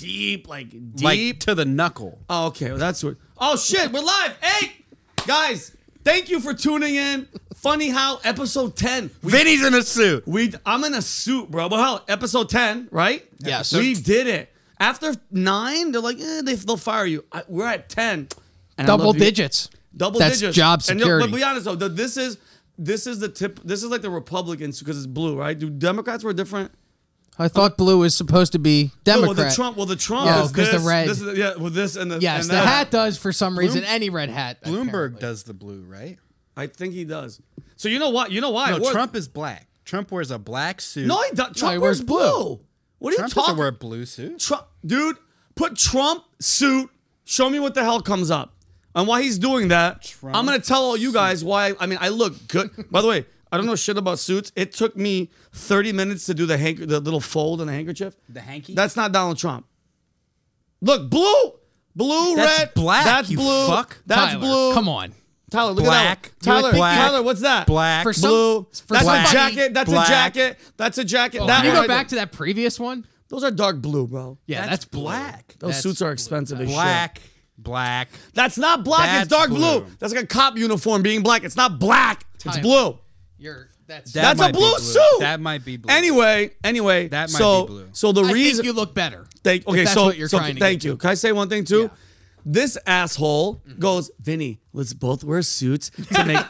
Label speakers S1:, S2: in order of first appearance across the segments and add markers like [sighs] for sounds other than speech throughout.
S1: deep, like deep.
S2: like to the knuckle.
S1: oh, okay, well, that's what. Oh shit, we're live. Hey, guys, thank you for tuning in. Funny how episode ten.
S2: [laughs]
S1: We,
S2: Vinny's in a suit.
S1: we I'm in a suit, bro. But how episode ten, right?
S3: Yeah, so-
S1: we did it. After nine, they're like, eh, they, they'll fire you. I, we're at ten. And I
S3: Double
S1: love you.
S3: digits.
S1: Double
S3: That's
S1: digits.
S3: job
S1: And you'll-
S3: security.
S1: but be honest though, th- this is this is the tip. This is like the Republicans because it's blue, right? Do Democrats were different?
S3: I thought blue was supposed to be
S1: No,
S3: Democrat.
S1: well, the Trump. Well, the Trump.
S3: Yeah,
S1: is
S3: 'cause the
S1: this,
S3: red.
S1: This is, yeah, well, this and the
S3: yes,
S1: and
S3: the
S1: that.
S3: hat does for some reason. Any red hat.
S2: Bloomberg
S3: apparently.
S2: does the blue, right?
S1: I think he does. So you know what? You know why?
S2: No,
S1: We're-
S2: Trump is black. Trump wears a black suit.
S1: No, he does. Trump
S3: he
S1: wears
S3: wears
S1: blue.
S3: blue.
S1: What are
S2: Trump doesn't
S1: you talking?
S2: wear a blue suit.
S1: Trump, dude, put Trump suit. Show me what the hell comes up. And while he's doing that,
S2: Trump
S1: I'm gonna tell all you guys why. I mean, I look good. By the way, I don't know shit about suits. It took me 30 minutes to do the hank- the little fold in the handkerchief.
S2: The hanky?
S1: That's not Donald Trump. Look, blue, blue,
S2: That's
S1: red,
S2: black,
S1: That's
S2: you
S1: blue.
S2: fuck.
S1: That's
S3: Tyler,
S1: blue.
S3: Come on.
S1: Tyler. Look
S2: Black.
S1: at that. one.
S2: You
S1: Tyler,
S2: like black.
S1: Tyler, what's that?
S2: Black.
S3: For some-
S1: Blue.
S3: for
S1: that's
S3: somebody-
S1: a jacket. That's
S2: Black.
S1: a jacket. That's a jacket. that
S3: Can you
S1: one
S3: go
S1: right
S3: back
S1: there.
S3: to that previous one?
S1: Those are dark blue, bro.
S3: Yeah, that's,
S2: That's
S3: blue.
S2: black.
S1: Those
S3: That's
S1: suits are
S3: blue.
S1: expensive as shit.
S2: Black. Black.
S1: That's not black.
S2: That's
S1: it's dark blue.
S2: blue.
S1: That's like a cop uniform being black. It's not black. It's
S3: Tyler.
S1: blue.
S3: You're that's.
S2: That
S1: That's
S2: might
S1: a
S2: be
S1: blue, suit.
S2: That might be blue.
S1: Anyway, anyway.
S2: That might
S1: so,
S2: be blue.
S1: So the
S3: I
S1: reason
S3: think you look better.
S1: Thank,
S3: if
S1: okay,
S3: that's
S1: so,
S3: what you're
S1: so
S3: trying to
S1: thank
S3: get
S1: you. Can I say one thing too?
S3: Yeah. Mm-hmm.
S1: This asshole goes, Vinny, let's both wear suits to
S3: [laughs]
S1: make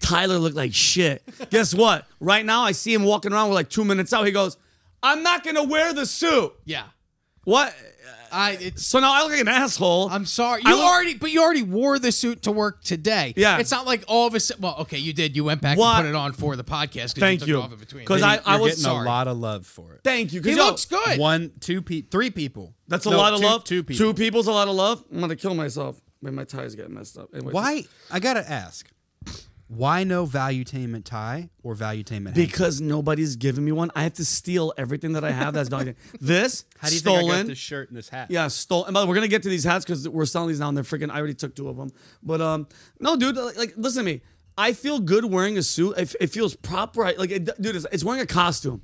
S1: Tyler look like shit. Guess what? Right now, I see him walking around with like two minutes out. He goes, I'm not gonna wear the suit.
S3: Yeah,
S1: What?
S3: I. It's.
S1: So now I look like an asshole.
S3: I'm sorry.
S1: I
S3: You
S1: look-
S3: already, but you already wore the suit to work today.
S1: Yeah.
S3: It's not like all of a sudden. Well, okay, you did. You went back
S1: What?
S3: and put it on for the podcast. 'cause
S1: Thank
S3: you. Took
S1: you.
S3: it off in between.
S1: 'Cause I-
S2: You're
S1: was
S2: getting
S3: sorry.
S2: a lot of love for it.
S1: Thank you. 'cause
S3: He
S1: yo,
S3: looks good.
S2: One, two, pe- three people.
S1: That's a
S2: No,
S1: lot of
S2: two-
S1: love.
S2: Two people.
S1: Two people's a lot of love. I'm gonna kill myself. Wait, my tie's getting messed up. Anyways,
S2: Why? I gotta ask. Why no valuetainment tie or valuetainment? hanky?
S1: Because nobody's giving me one. I have to steal everything that I have
S3: [laughs]
S1: that's not this
S2: How do you
S1: stolen.
S2: think I got this shirt and this hat?
S1: Yeah, stole. And by the way, we're gonna get to these hats because we're selling these now, and they're freaking. I already took two of them. But um, no, dude, like, like, listen to me. I feel good wearing a suit. It, it feels proper. I, like, it, dude, it's, it's wearing a costume.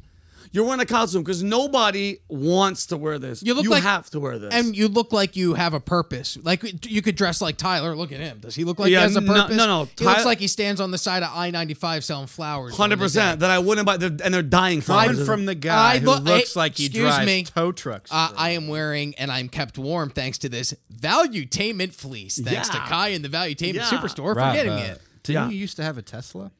S1: You're wearing a costume because nobody wants to wear this.
S3: You look like-
S1: have to wear this.
S3: And you look like you have a purpose. Like you could dress like Tyler. Look at him. Does he look like
S1: Yeah,
S3: he has a
S1: no-
S3: purpose?
S1: no, no.
S3: He looks
S1: Ty-
S3: like he stands on the side of I ninety five selling flowers. during the
S1: hundred percent that I wouldn't buy. They're, and they're dying for.
S2: Coming
S1: it.
S2: from the guy
S3: I
S2: who
S3: look-
S2: looks
S3: hey,
S2: like he
S3: excuse
S2: drives
S3: me.
S2: tow trucks.
S3: Uh, I am wearing and I'm kept warm thanks to this Valuetainment fleece. Thanks
S1: Yeah.
S3: to Kai and the Valuetainment
S1: Yeah.
S3: Superstore for
S2: Rob,
S3: getting
S2: uh,
S3: it.
S2: Didn't
S1: Yeah.
S2: you used to have a Tesla?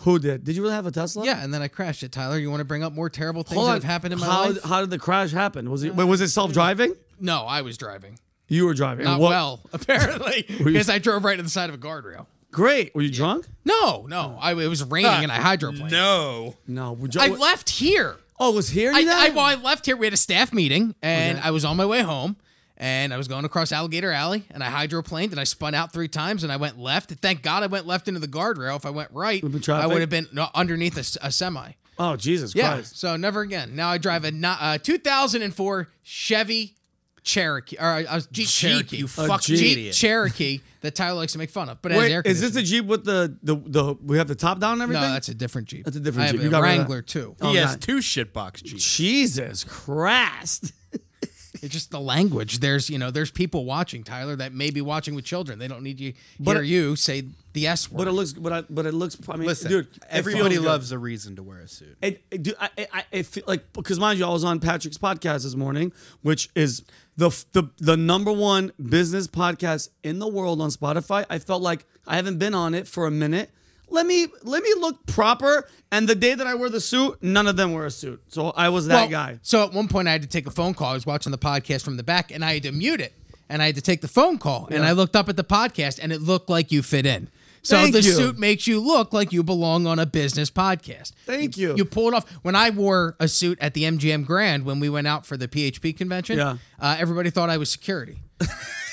S1: Who did? Did you really have a Tesla?
S3: Yeah, and then I crashed it. Tyler, you want to bring up more terrible things
S1: Hold
S3: that
S1: on.
S3: have happened in my
S1: how,
S3: life? Uh,
S1: How did the crash happen? Was it wait, was it self driving?
S3: No, I was driving.
S1: You were driving.
S3: Not
S1: What-
S3: well, [laughs] apparently,
S1: you-
S3: because I drove right to the side of a guardrail.
S1: Great. Were you drunk?
S3: No, no, I, it was raining and I hydroplaned.
S2: No.
S1: Uh, No. Were you,
S3: I left here.
S1: oh, it was here.
S3: I,
S1: then?
S3: I, well, I left here. We had a staff meeting, and
S1: Okay.
S3: I was on my way home, and I was going across Alligator Alley, and I hydroplaned, and I spun out three times, and I went left. Thank God I went left into the guardrail. If I went right,
S1: been traffic?
S3: I would have been no, underneath a, s- a semi.
S1: oh, Jesus
S3: Yeah.
S1: Christ.
S3: So never again. Now I drive a no- uh, 2004 Chevy Cherokee or uh, Jeep Cherokee.
S2: Cherokee, you
S1: fucking
S3: Jeep
S2: idiot.
S3: Cherokee that Tyler likes to make fun of. But it has
S1: Wait,
S3: air
S1: is this
S3: conditioning.
S1: the Jeep with the, the the we have the top down and everything?
S3: No, that's a different Jeep.
S1: That's a different
S3: I have
S1: Jeep.
S3: A
S1: You got rid of that.
S3: Wrangler too.
S1: Oh,
S2: He has
S1: nice.
S2: two shitbox Jeeps.
S1: Jesus
S3: [laughs]
S1: Christ.
S3: It's just the language. There's you know there's people watching Tyler that may be watching with children. They don't need you
S1: But-
S3: hear you say the s word.
S1: But it looks. But I. But it looks. I mean,
S2: Listen,
S1: dude. it
S2: everybody
S1: feels good.
S2: loves a reason to wear a suit.
S1: It, it, dude, I, I- I, it feel like because mind you, I was on Patrick's podcast this morning, which is the f- the the number one business podcast in the world on Spotify. I felt like I haven't been on it for a minute. Let me let me look proper. And the day that I wear the suit, none of them wear a suit. So I was that
S3: Well,
S1: guy.
S3: So at one point I had to take a phone call. I was watching the podcast from the back and I had to mute it and I had to take the phone call and I looked up at the podcast and it looked like you fit in. So
S1: Thank
S3: the
S1: you.
S3: suit makes you look like you belong on a business podcast.
S1: Thank you.
S3: You pulled off when I wore a suit at the MGM Grand when we went out for the PHP convention.
S1: Yeah.
S3: uh, everybody thought I was
S1: [laughs]
S3: security.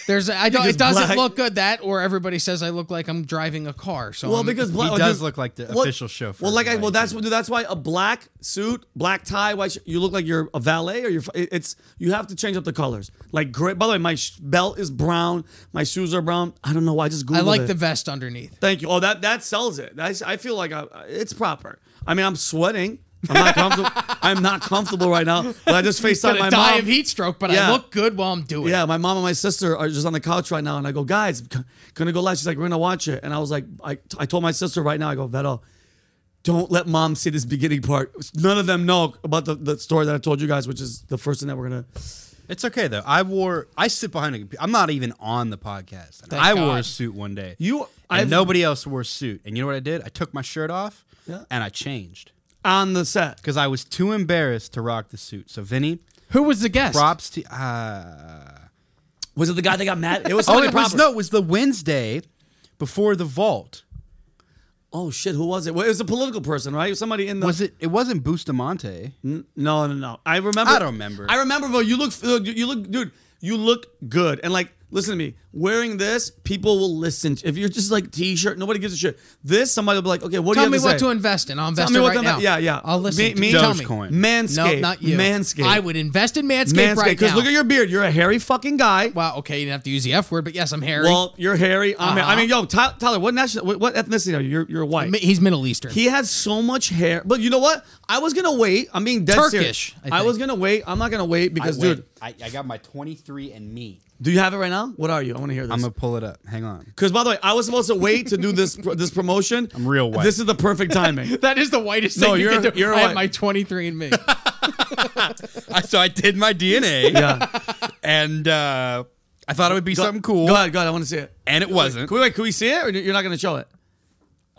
S3: There's I don't
S1: Because
S3: it doesn't
S1: black-
S3: look good that or everybody says I look like I'm driving a car. So
S1: Well,
S3: I'm-
S1: because black,
S2: he
S1: oh,
S2: does
S1: dude,
S2: look like the
S1: what-
S2: official chauffeur.
S1: Well, like I,
S2: of
S1: well, that's
S2: Valuetainment.
S1: what dude, that's why a black suit, black tie. Why sh- you look like you're a valet or you're? f- it- It's you have to change up the colors. Like gray. By the way, my sh- belt is brown. My shoes are brown. I don't know why. I just Googled
S3: I like
S1: it.
S3: the vest underneath.
S1: uh, Thank you. Oh, that that sells it. That's, I feel like I, it's proper. I mean, I'm sweating. I'm not comfortable. [laughs] I'm not comfortable right now. But I
S3: [laughs]
S1: just FaceTime my
S3: gonna die
S1: mom.
S3: of heat stroke, but
S1: Yeah.
S3: I look good while I'm doing it.
S1: Yeah, my mom and my sister are just on the couch right now, and I go, guys, c- gonna go live. She's like, we're gonna watch it, and I was like, I, I told my sister right now, I go, Veto, don't let mom see this beginning part. None of them know about the, the story that I told you guys, which is the first thing that we're gonna.
S4: It's okay though. I wore. I sit behind a computer. I'm not even on the podcast. And I wore a
S3: God.
S4: suit one day.
S1: You,
S4: and
S1: I know
S4: nobody else wore a suit. And you know what I did? I took my shirt off
S1: Yeah.
S4: and I changed
S1: on the set.
S4: because I was too embarrassed to rock the suit. So Vinny,
S3: Who was the guest?
S4: props to. Uh,
S1: Was it the guy that got mad? [laughs] It was
S4: oh,
S1: somebody
S4: it was
S1: proper.
S4: no. It was the Wednesday before the vault.
S1: Oh shit, who was it? Well, it was a political person, right? It was Somebody in the.
S4: Was it? It wasn't Bustamante.
S1: N- No, no, no. I remember.
S4: I don't remember.
S1: I remember, bro. You look, you look, dude. You look good. And like, listen to me. Wearing this, people will listen. If you're just like t-shirt, nobody gives a shit. This, somebody will be like, okay, what
S3: Tell
S1: do
S3: me
S1: you have
S3: what
S1: to
S3: to
S1: say?
S3: invest in. I'll invest
S1: me
S3: in
S1: what
S3: right
S1: to
S3: now.
S1: inve- yeah, yeah.
S3: I'll listen.
S1: Me-
S3: to-
S1: me-
S3: tell me.
S4: Dogecoin.
S1: Manscaped.
S3: No, not you.
S1: Manscaped.
S3: I would invest in Manscaped,
S1: Manscaped.
S3: right now.
S1: look at your beard. You're a hairy fucking guy.
S3: Wow. Okay, you didn't have to use the F word, but yes, I'm hairy.
S1: Well, you're hairy. I'm hairy. I
S3: Uh-huh.
S1: mean, yo, Ty- Tyler, what national, what, what ethnicity are you? You're, you're white.
S3: Mi- He's Middle Eastern.
S1: He had so much hair. But you know what? I was gonna wait. I'm being dead serious.
S3: Turkish, I
S1: I, was
S3: think.
S1: gonna wait. I'm not gonna wait because, dude,
S4: I, I got my 23 and me.
S1: do you have it right now? What are you? I want to hear this.
S4: I'm gonna pull it up. Hang on.
S1: Because by the way, I was supposed to wait to do this this promotion. I'm
S4: real white.
S1: This is the perfect timing.
S4: [laughs]
S3: that is the whitest
S1: No,
S3: thing you
S1: you're-
S3: can do.
S1: you're
S3: I
S1: white.
S3: have my 23
S1: [laughs]
S3: and me.
S4: [laughs] I, so I did my [laughs] DNA.
S1: yeah.
S4: and uh, I thought it would be something cool,
S1: Go ahead, go ahead. I want to see it.
S4: and it wasn't.
S1: Can we wait? Can we see it? Or you're not going to show it?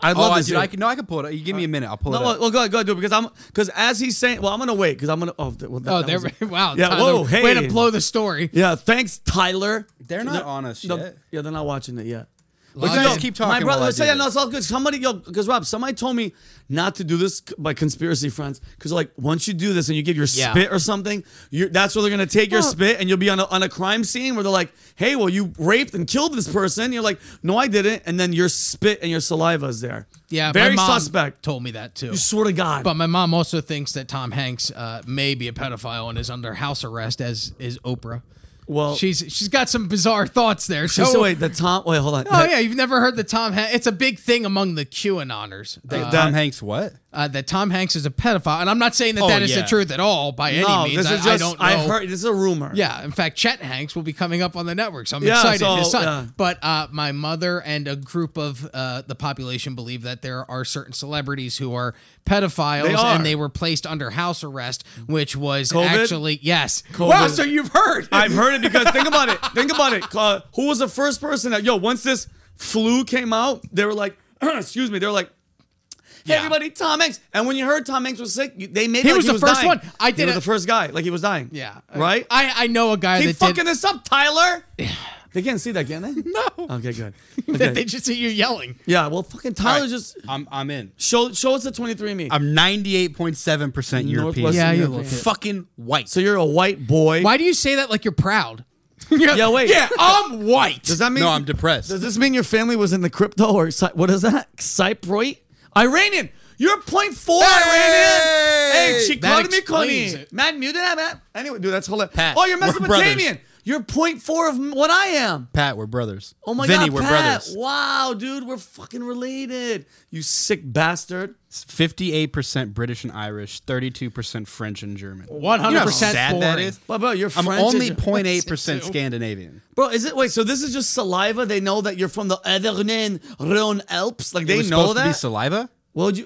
S1: I'd
S4: Oh,
S1: love
S4: I,
S1: to see
S4: dude,
S1: it.
S4: I can, no, I can pull it. up. You give me a minute, I'll pull
S1: no,
S4: it.
S1: well,
S4: Up.
S1: well, go ahead, go ahead, do it because I'm because as he's saying, well, I'm gonna wait because I'm gonna. Oh, th- well, that,
S3: Oh,
S1: that
S3: there.
S4: [laughs]
S1: was it.
S3: Wow.
S1: Yeah.
S3: Tyler,
S1: whoa. Hey.
S3: Way to blow the story.
S1: Yeah. Thanks, Tyler.
S4: They're not on us
S1: No,
S4: yet.
S1: Yeah, they're not watching it yet.
S3: Log
S1: But
S3: in.
S1: yo,
S3: Just
S4: keep
S1: My
S4: talking while I
S1: brother
S4: do
S1: said, "Yeah, no,
S4: this.
S1: it's all good." Somebody, yo, because Rob, somebody told me not to do this c- by conspiracy friends, because like once you do this and you give your
S3: Yeah.
S1: spit or something, you're, that's where they're gonna take your
S3: Well-
S1: spit and you'll be on a, on a crime scene where they're like, "Hey, well, you raped and killed this person." You're like, "No, I didn't," and then your spit and your saliva is there.
S3: Yeah.
S1: very
S3: my mom
S1: suspect.
S3: Told me that too.
S1: I swear to God.
S3: But my mom also thinks that Tom Hanks uh, may be a pedophile and is under house arrest, as is Oprah.
S1: well,
S3: She's she's got some bizarre thoughts there. So,
S1: so wait, the Tom. Wait, hold on.
S3: oh yeah, you've never heard the Tom Hanks. It's a big thing among the QAnoners uh,
S4: Tom Hanks, what?
S3: uh, that Tom Hanks is a pedophile, and I'm not saying that
S4: Oh,
S3: that is
S4: yeah.
S3: the truth at all by
S1: no,
S3: any means.
S1: this
S3: I,
S1: is just.
S3: I don't know.
S1: heard this is a rumor.
S3: Yeah, in fact, Chet Hanks will be coming up on the network, so I'm
S1: Yeah,
S3: excited.
S1: so,
S3: His son.
S1: yeah.
S3: But uh, my mother and a group of uh, the population believe that there are certain celebrities who are pedophiles,
S1: They are.
S3: and they were placed under house arrest, which was
S1: COVID?
S3: actually yes.
S1: COVID.
S3: you've heard?
S1: I've heard it because think about it. Think about it. Uh, who was the first person that yo? Once this flu came out, they were like, [clears throat] excuse me, they were like, hey
S3: Yeah.
S1: everybody, Tom Hanks. And when you heard Tom Hanks was sick, you, they made it
S3: He
S1: like
S3: was the first
S1: dying.
S3: one. I
S1: He
S3: did
S1: was
S3: it-
S1: the first guy, like he was dying.
S3: yeah,
S1: right.
S3: I I know a guy
S1: Keep
S3: that
S1: fucking
S3: did.
S1: this up, Tyler. they can't see that, can they? No. Okay,
S3: [laughs]
S1: good.
S3: [laughs] that
S1: Okay.
S3: they just see you yelling.
S1: yeah. Well, fucking Tyler just
S4: I'm, I'm in.
S1: show show us the twenty three me.
S4: I'm 98.7 percent European.
S1: Northwestern Yeah,
S3: you
S1: European.
S3: look
S4: fucking white.
S1: so you're a white boy.
S3: Why do you say that like you're proud? [laughs] yeah,
S1: wait.
S3: Yeah, I'm white.
S1: Does that mean
S4: no, I'm depressed.
S1: Does this mean your family was in the crypto or Cy- what is that? Cyproid? Iranian. You're point four
S4: Hey!
S1: Iranian. Hey, she
S3: That
S1: called me
S3: explains
S1: Connie.
S3: it.
S1: Matt muted that, Matt. Anyway, dude, that's whole.
S4: Pat,
S1: oh, you're
S4: we're
S1: Mesopotamian.
S4: brothers.
S1: You're point four of m- what I am.
S4: Pat, we're brothers.
S1: Oh my
S4: Vinny,
S1: god,
S4: we're
S1: Pat.
S4: brothers.
S1: Wow, dude, we're fucking related. You sick bastard.
S4: 58% British and Irish, 32% French and German.
S3: One
S4: You know
S3: hundred
S4: how
S3: percent
S4: sad
S3: boring.
S4: that is?
S1: But bro, you're
S4: I'm
S1: French
S4: only
S1: and-
S4: 0.8%
S3: Six, two.
S4: Scandinavian.
S1: Bro, is it wait? So this is just saliva. They know that you're from the Ardennen Rhone Alps. Like
S4: It
S1: they
S4: was
S1: know
S4: supposed to be
S1: that.
S4: saliva?
S1: What would you?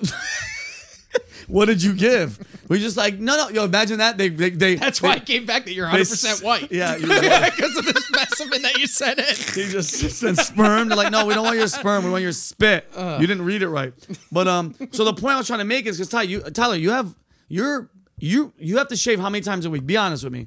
S1: [laughs] what did you give? We just like no, no. Yo, imagine that they they, they
S3: That's
S1: they,
S3: why I came back that you're 100 percent white.
S1: Yeah,
S3: [laughs]
S1: you're white.
S3: because of the specimen that you sent in.
S1: [laughs] They just send sperm. They're like, no, we don't want your sperm. We want your spit.
S3: Uh.
S1: you didn't read it right. But um, so the point I was trying to make is because Ty, you, Tyler, you have you're you you have to shave how many times a week? Be honest with me.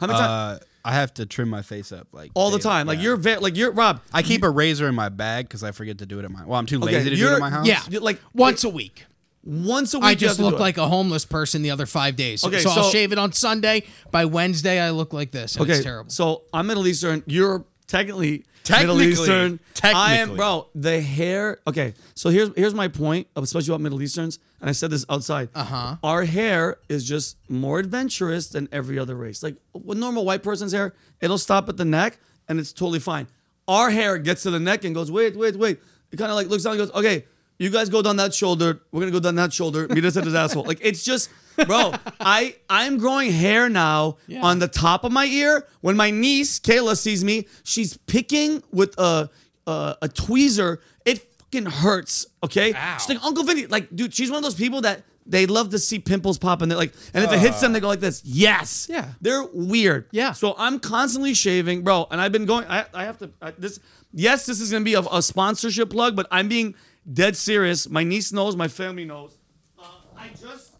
S1: How many times?
S4: Uh, I have to trim my face up like
S1: All the
S4: daily,
S1: time. Like
S4: yeah.
S1: you're ve- like you're Rob.
S4: I keep a razor in my bag because I forget to do it at my. Well, I'm too
S1: Okay,
S4: lazy to do it
S1: you're-
S4: at my house.
S3: Yeah,
S1: You- like-
S3: like once a week.
S1: Once a week,
S3: I
S1: you have
S3: just
S1: to do
S3: look
S1: it.
S3: like a homeless person the other five days.
S1: Okay,
S3: so, I'll
S1: so-
S3: shave it on Sunday. By Wednesday, I look like this. And
S1: Okay,
S3: it's terrible.
S1: So I'm Middle Eastern. You're technically
S4: Technically,
S1: Middle Eastern. I am,
S4: technically.
S1: bro. The hair. Okay, so here's here's my point, especially about Middle Easterns, and I said this outside. Uh huh. Our hair is just more adventurous than every other race. Like a normal white person's hair, it'll stop at the neck, and it's totally fine. Our hair gets to the neck and goes, wait, wait, wait. It kind of like looks down and goes, okay. you guys go down that shoulder. We're gonna go down that shoulder. Meet us at his asshole. Like it's just, bro. I I'm growing hair now
S3: Yeah.
S1: on the top of my ear. When my niece Kayla sees me, she's picking with a a, a tweezer. It fucking hurts. Okay.
S3: Ow.
S1: She's like Uncle Vinny. Like dude, she's one of those people that. They love to see pimples pop, and they're like, and if it hits them, they go like this. Yes,
S3: Yeah.
S1: they're weird.
S3: Yeah.
S1: So I'm constantly shaving, bro, and I've been going. I, I have to. I, this yes, this is gonna be a, a sponsorship plug, but I'm being dead serious. My niece knows. My family knows. Uh, I just.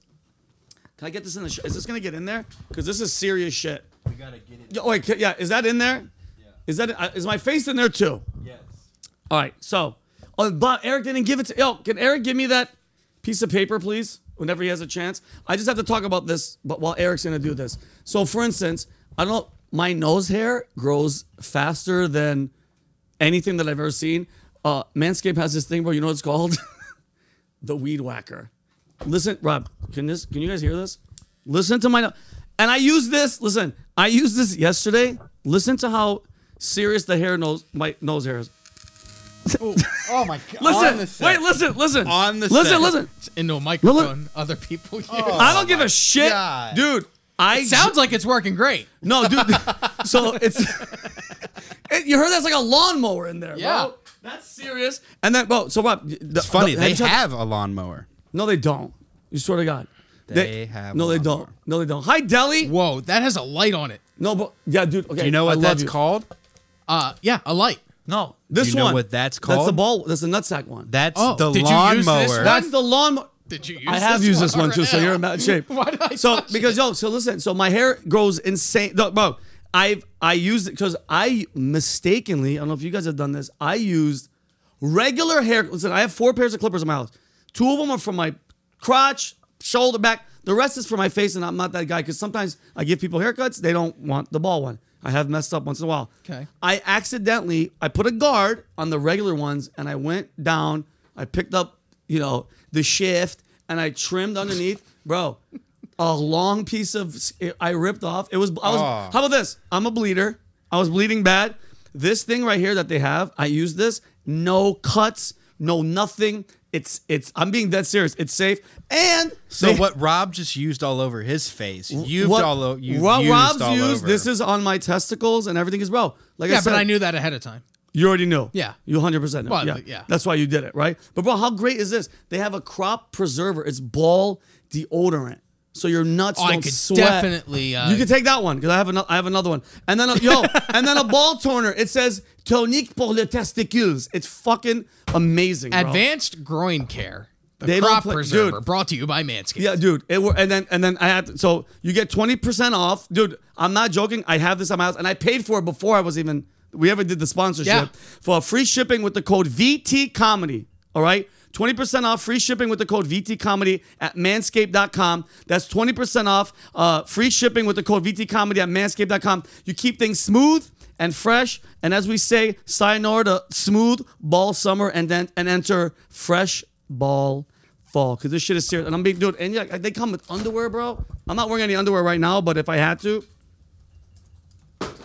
S1: Can I get this in the? Sh- is this gonna get in there? Because this is serious shit.
S4: We gotta get it.
S1: Yo, wait, ca- yeah, is that in there? Is that uh, is my face in there too?
S4: Yes.
S1: All right. So, oh, but Eric didn't give it to. Yo, can Eric give me that piece of paper, please? Whenever he has a chance, I just have to talk about this. But while Eric's gonna do this, so for instance, I don't. know, My nose hair grows faster than anything that I've ever seen. Uh, Manscaped has this thing, bro. You know what it's called? [laughs] the weed whacker. Listen, Rob. Can this? Can you guys hear this? Listen to my. no- And I use this. Listen, I used this yesterday. Listen to how serious the hair nose my nose hair is.
S4: Oh my god.
S1: Listen,
S4: On the set.
S1: wait, listen, listen.
S2: On the
S1: listen,
S2: set.
S1: listen.
S3: Into a microphone other people use. [laughs]
S1: I don't
S2: Oh
S1: give a shit,
S4: God.
S1: dude. I
S3: Sounds like it's working great.
S1: no, dude.
S2: [laughs]
S1: so it's [laughs] it, you heard that's like a lawnmower in there,
S3: Yeah.
S1: bro. That's serious. And then, well, so what? The,
S2: It's funny.
S1: the
S2: they
S1: headshot-
S2: have a lawnmower.
S1: no, they don't. You swear to God,
S2: They have
S1: no, they
S2: lawnmower.
S1: don't. No, they don't. Hi, Deli.
S3: Whoa, that has a light on it.
S1: No, but yeah, dude. Okay,
S2: You know
S1: I
S2: what
S1: love
S2: that's
S1: you.
S2: called?
S3: Uh, yeah, a light.
S1: No, this
S2: You know
S1: one.
S2: what that's
S1: That's the
S2: called?
S1: ball. That's the nutsack one.
S2: That's
S3: Oh,
S2: the
S3: did you use this
S2: lawnmower.
S3: one?
S1: that's the lawnmower.
S3: Did you use?
S1: I have used this one too, so
S3: already?
S1: you're in bad shape.
S3: [laughs] Why did I
S1: so
S3: touch
S1: because yo, so listen, so my hair grows insane, no, bro. I've I used it because I mistakenly, I don't know if you guys have done this. I used regular hair. Listen, I have four pairs of clippers in my house. Two of them are from my crotch, shoulder, back. The rest is for my face, and I'm not that guy because sometimes I give people haircuts. They don't want the ball one. I have messed up once in a while.
S3: Okay.
S1: I accidentally I put a guard on the regular ones and I went down. I picked up, you know, the shift and I trimmed underneath, bro. A long piece of s- I ripped off. It was I was
S2: Aw.
S1: How about this? I'm a bleeder. I was bleeding bad. This thing right here that they have, I use this. No cuts, no nothing. It's it's I'm being dead serious. It's safe. And
S2: So
S1: they-
S2: what Rob just used all over his face, you've
S1: what,
S2: all over. You've
S1: what
S2: used
S1: Rob's
S2: all
S1: used,
S2: over.
S1: this is on my testicles and everything is bro. Like I
S3: Yeah,
S1: said,
S3: but I knew that ahead of time.
S1: You already knew.
S3: Yeah.
S1: You 100% know.
S3: Well,
S1: yeah.
S3: yeah.
S1: That's why you did it, right? But, bro, how great is this? They have a crop preserver. It's ball deodorant. So your nuts
S3: Oh, I
S1: don't
S3: could
S1: sweat.
S3: definitely, uh,
S1: you could take that one because I have another. I have another one. And then a,
S3: [laughs]
S1: yo, and then a ball toner. It says tonique pour les testicules. It's fucking amazing. bro.
S3: Advanced groin care. The
S1: They don't
S3: crop
S1: play-
S3: preserver
S1: dude.
S3: brought to you by Manscaped.
S1: Yeah, dude. It were, and then and then I had to, so you get twenty percent off, dude. I'm not joking. I have this on my house, and I paid for it before I was even we ever did the sponsorship
S3: Yeah.
S1: for free shipping with the code VT Comedy. All right. 20% off free shipping with the code VT Comedy at manscaped.com. That's 20% off uh, free shipping with the code VT Comedy at manscaped.com. You keep things smooth and fresh. And as we say, sayonara to smooth ball summer and then and enter fresh ball fall because this shit is serious. And I'm being dude, and yeah, they come with underwear, bro. I'm not wearing any underwear right now, but if I had to,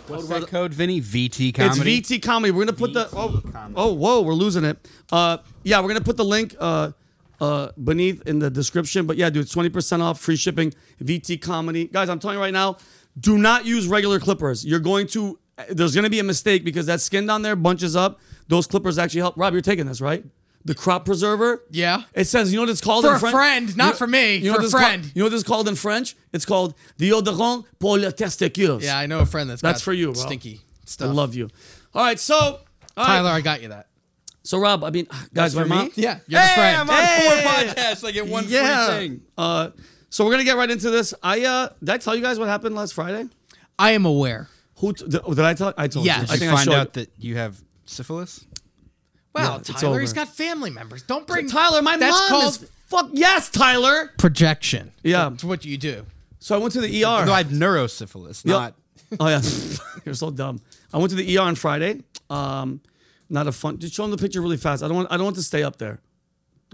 S2: What's that code, Vinny? VT comedy.
S1: it's VT comedy. We're gonna put the oh, oh whoa, we're losing it. Uh, yeah, we're gonna put the link uh, uh, beneath in the description. But yeah, dude, twenty percent off, free shipping, VT comedy, guys. I'm telling you right now, do not use regular clippers. You're going to there's gonna be a mistake because that skin down there bunches up. Those clippers actually help. Rob, you're taking this right? The crop preserver.
S3: Yeah.
S1: It says you know what it's called
S3: For
S1: in
S3: a
S1: French?
S3: friend, not
S1: You know-
S3: for me,
S1: know
S3: for
S1: what
S3: a
S1: it's called-
S3: friend.
S1: you know what it's called in French? It's called deodorant pour les testicules.
S3: Yeah, I know a friend that's
S1: That's
S3: got
S1: for you, bro.
S3: Stinky
S1: I
S3: stuff.
S1: love you. All right, so all right.
S3: Tyler. I got you that.
S1: So Rob, I mean, [sighs] guys, my
S2: for
S1: mom.
S2: me?
S3: Yeah, you're the friend.
S4: I'm on
S1: Hey!
S4: four podcasts. I get one
S1: Yeah.
S4: free thing.
S1: Uh, so we're gonna get right into this. I uh, did I tell you guys what happened last Friday?
S3: I am aware.
S1: Who t- did, did I tell? I told you.
S3: Yes.
S2: Did
S1: I
S2: you
S1: think I
S2: find
S1: showed
S2: out that you have syphilis?
S3: Wow,
S1: it's
S3: Tyler, he's
S1: over.
S3: got family members. Don't bring
S1: Tyler. My
S3: That's
S1: mom
S3: called
S1: is fuck yes, Tyler.
S3: projection.
S1: Yeah.
S3: It's what you do.
S1: So I went to the ER.
S2: No, I have neurosyphilis,
S1: Yep.
S2: not
S1: Oh yeah, [laughs] you're so dumb. I went to the ER on Friday. Um, not a fun. Just show him the picture really fast. I don't want. I don't want to stay up there.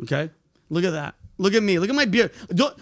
S1: Okay. Look at that. Look at me. Look at my beard. Don't,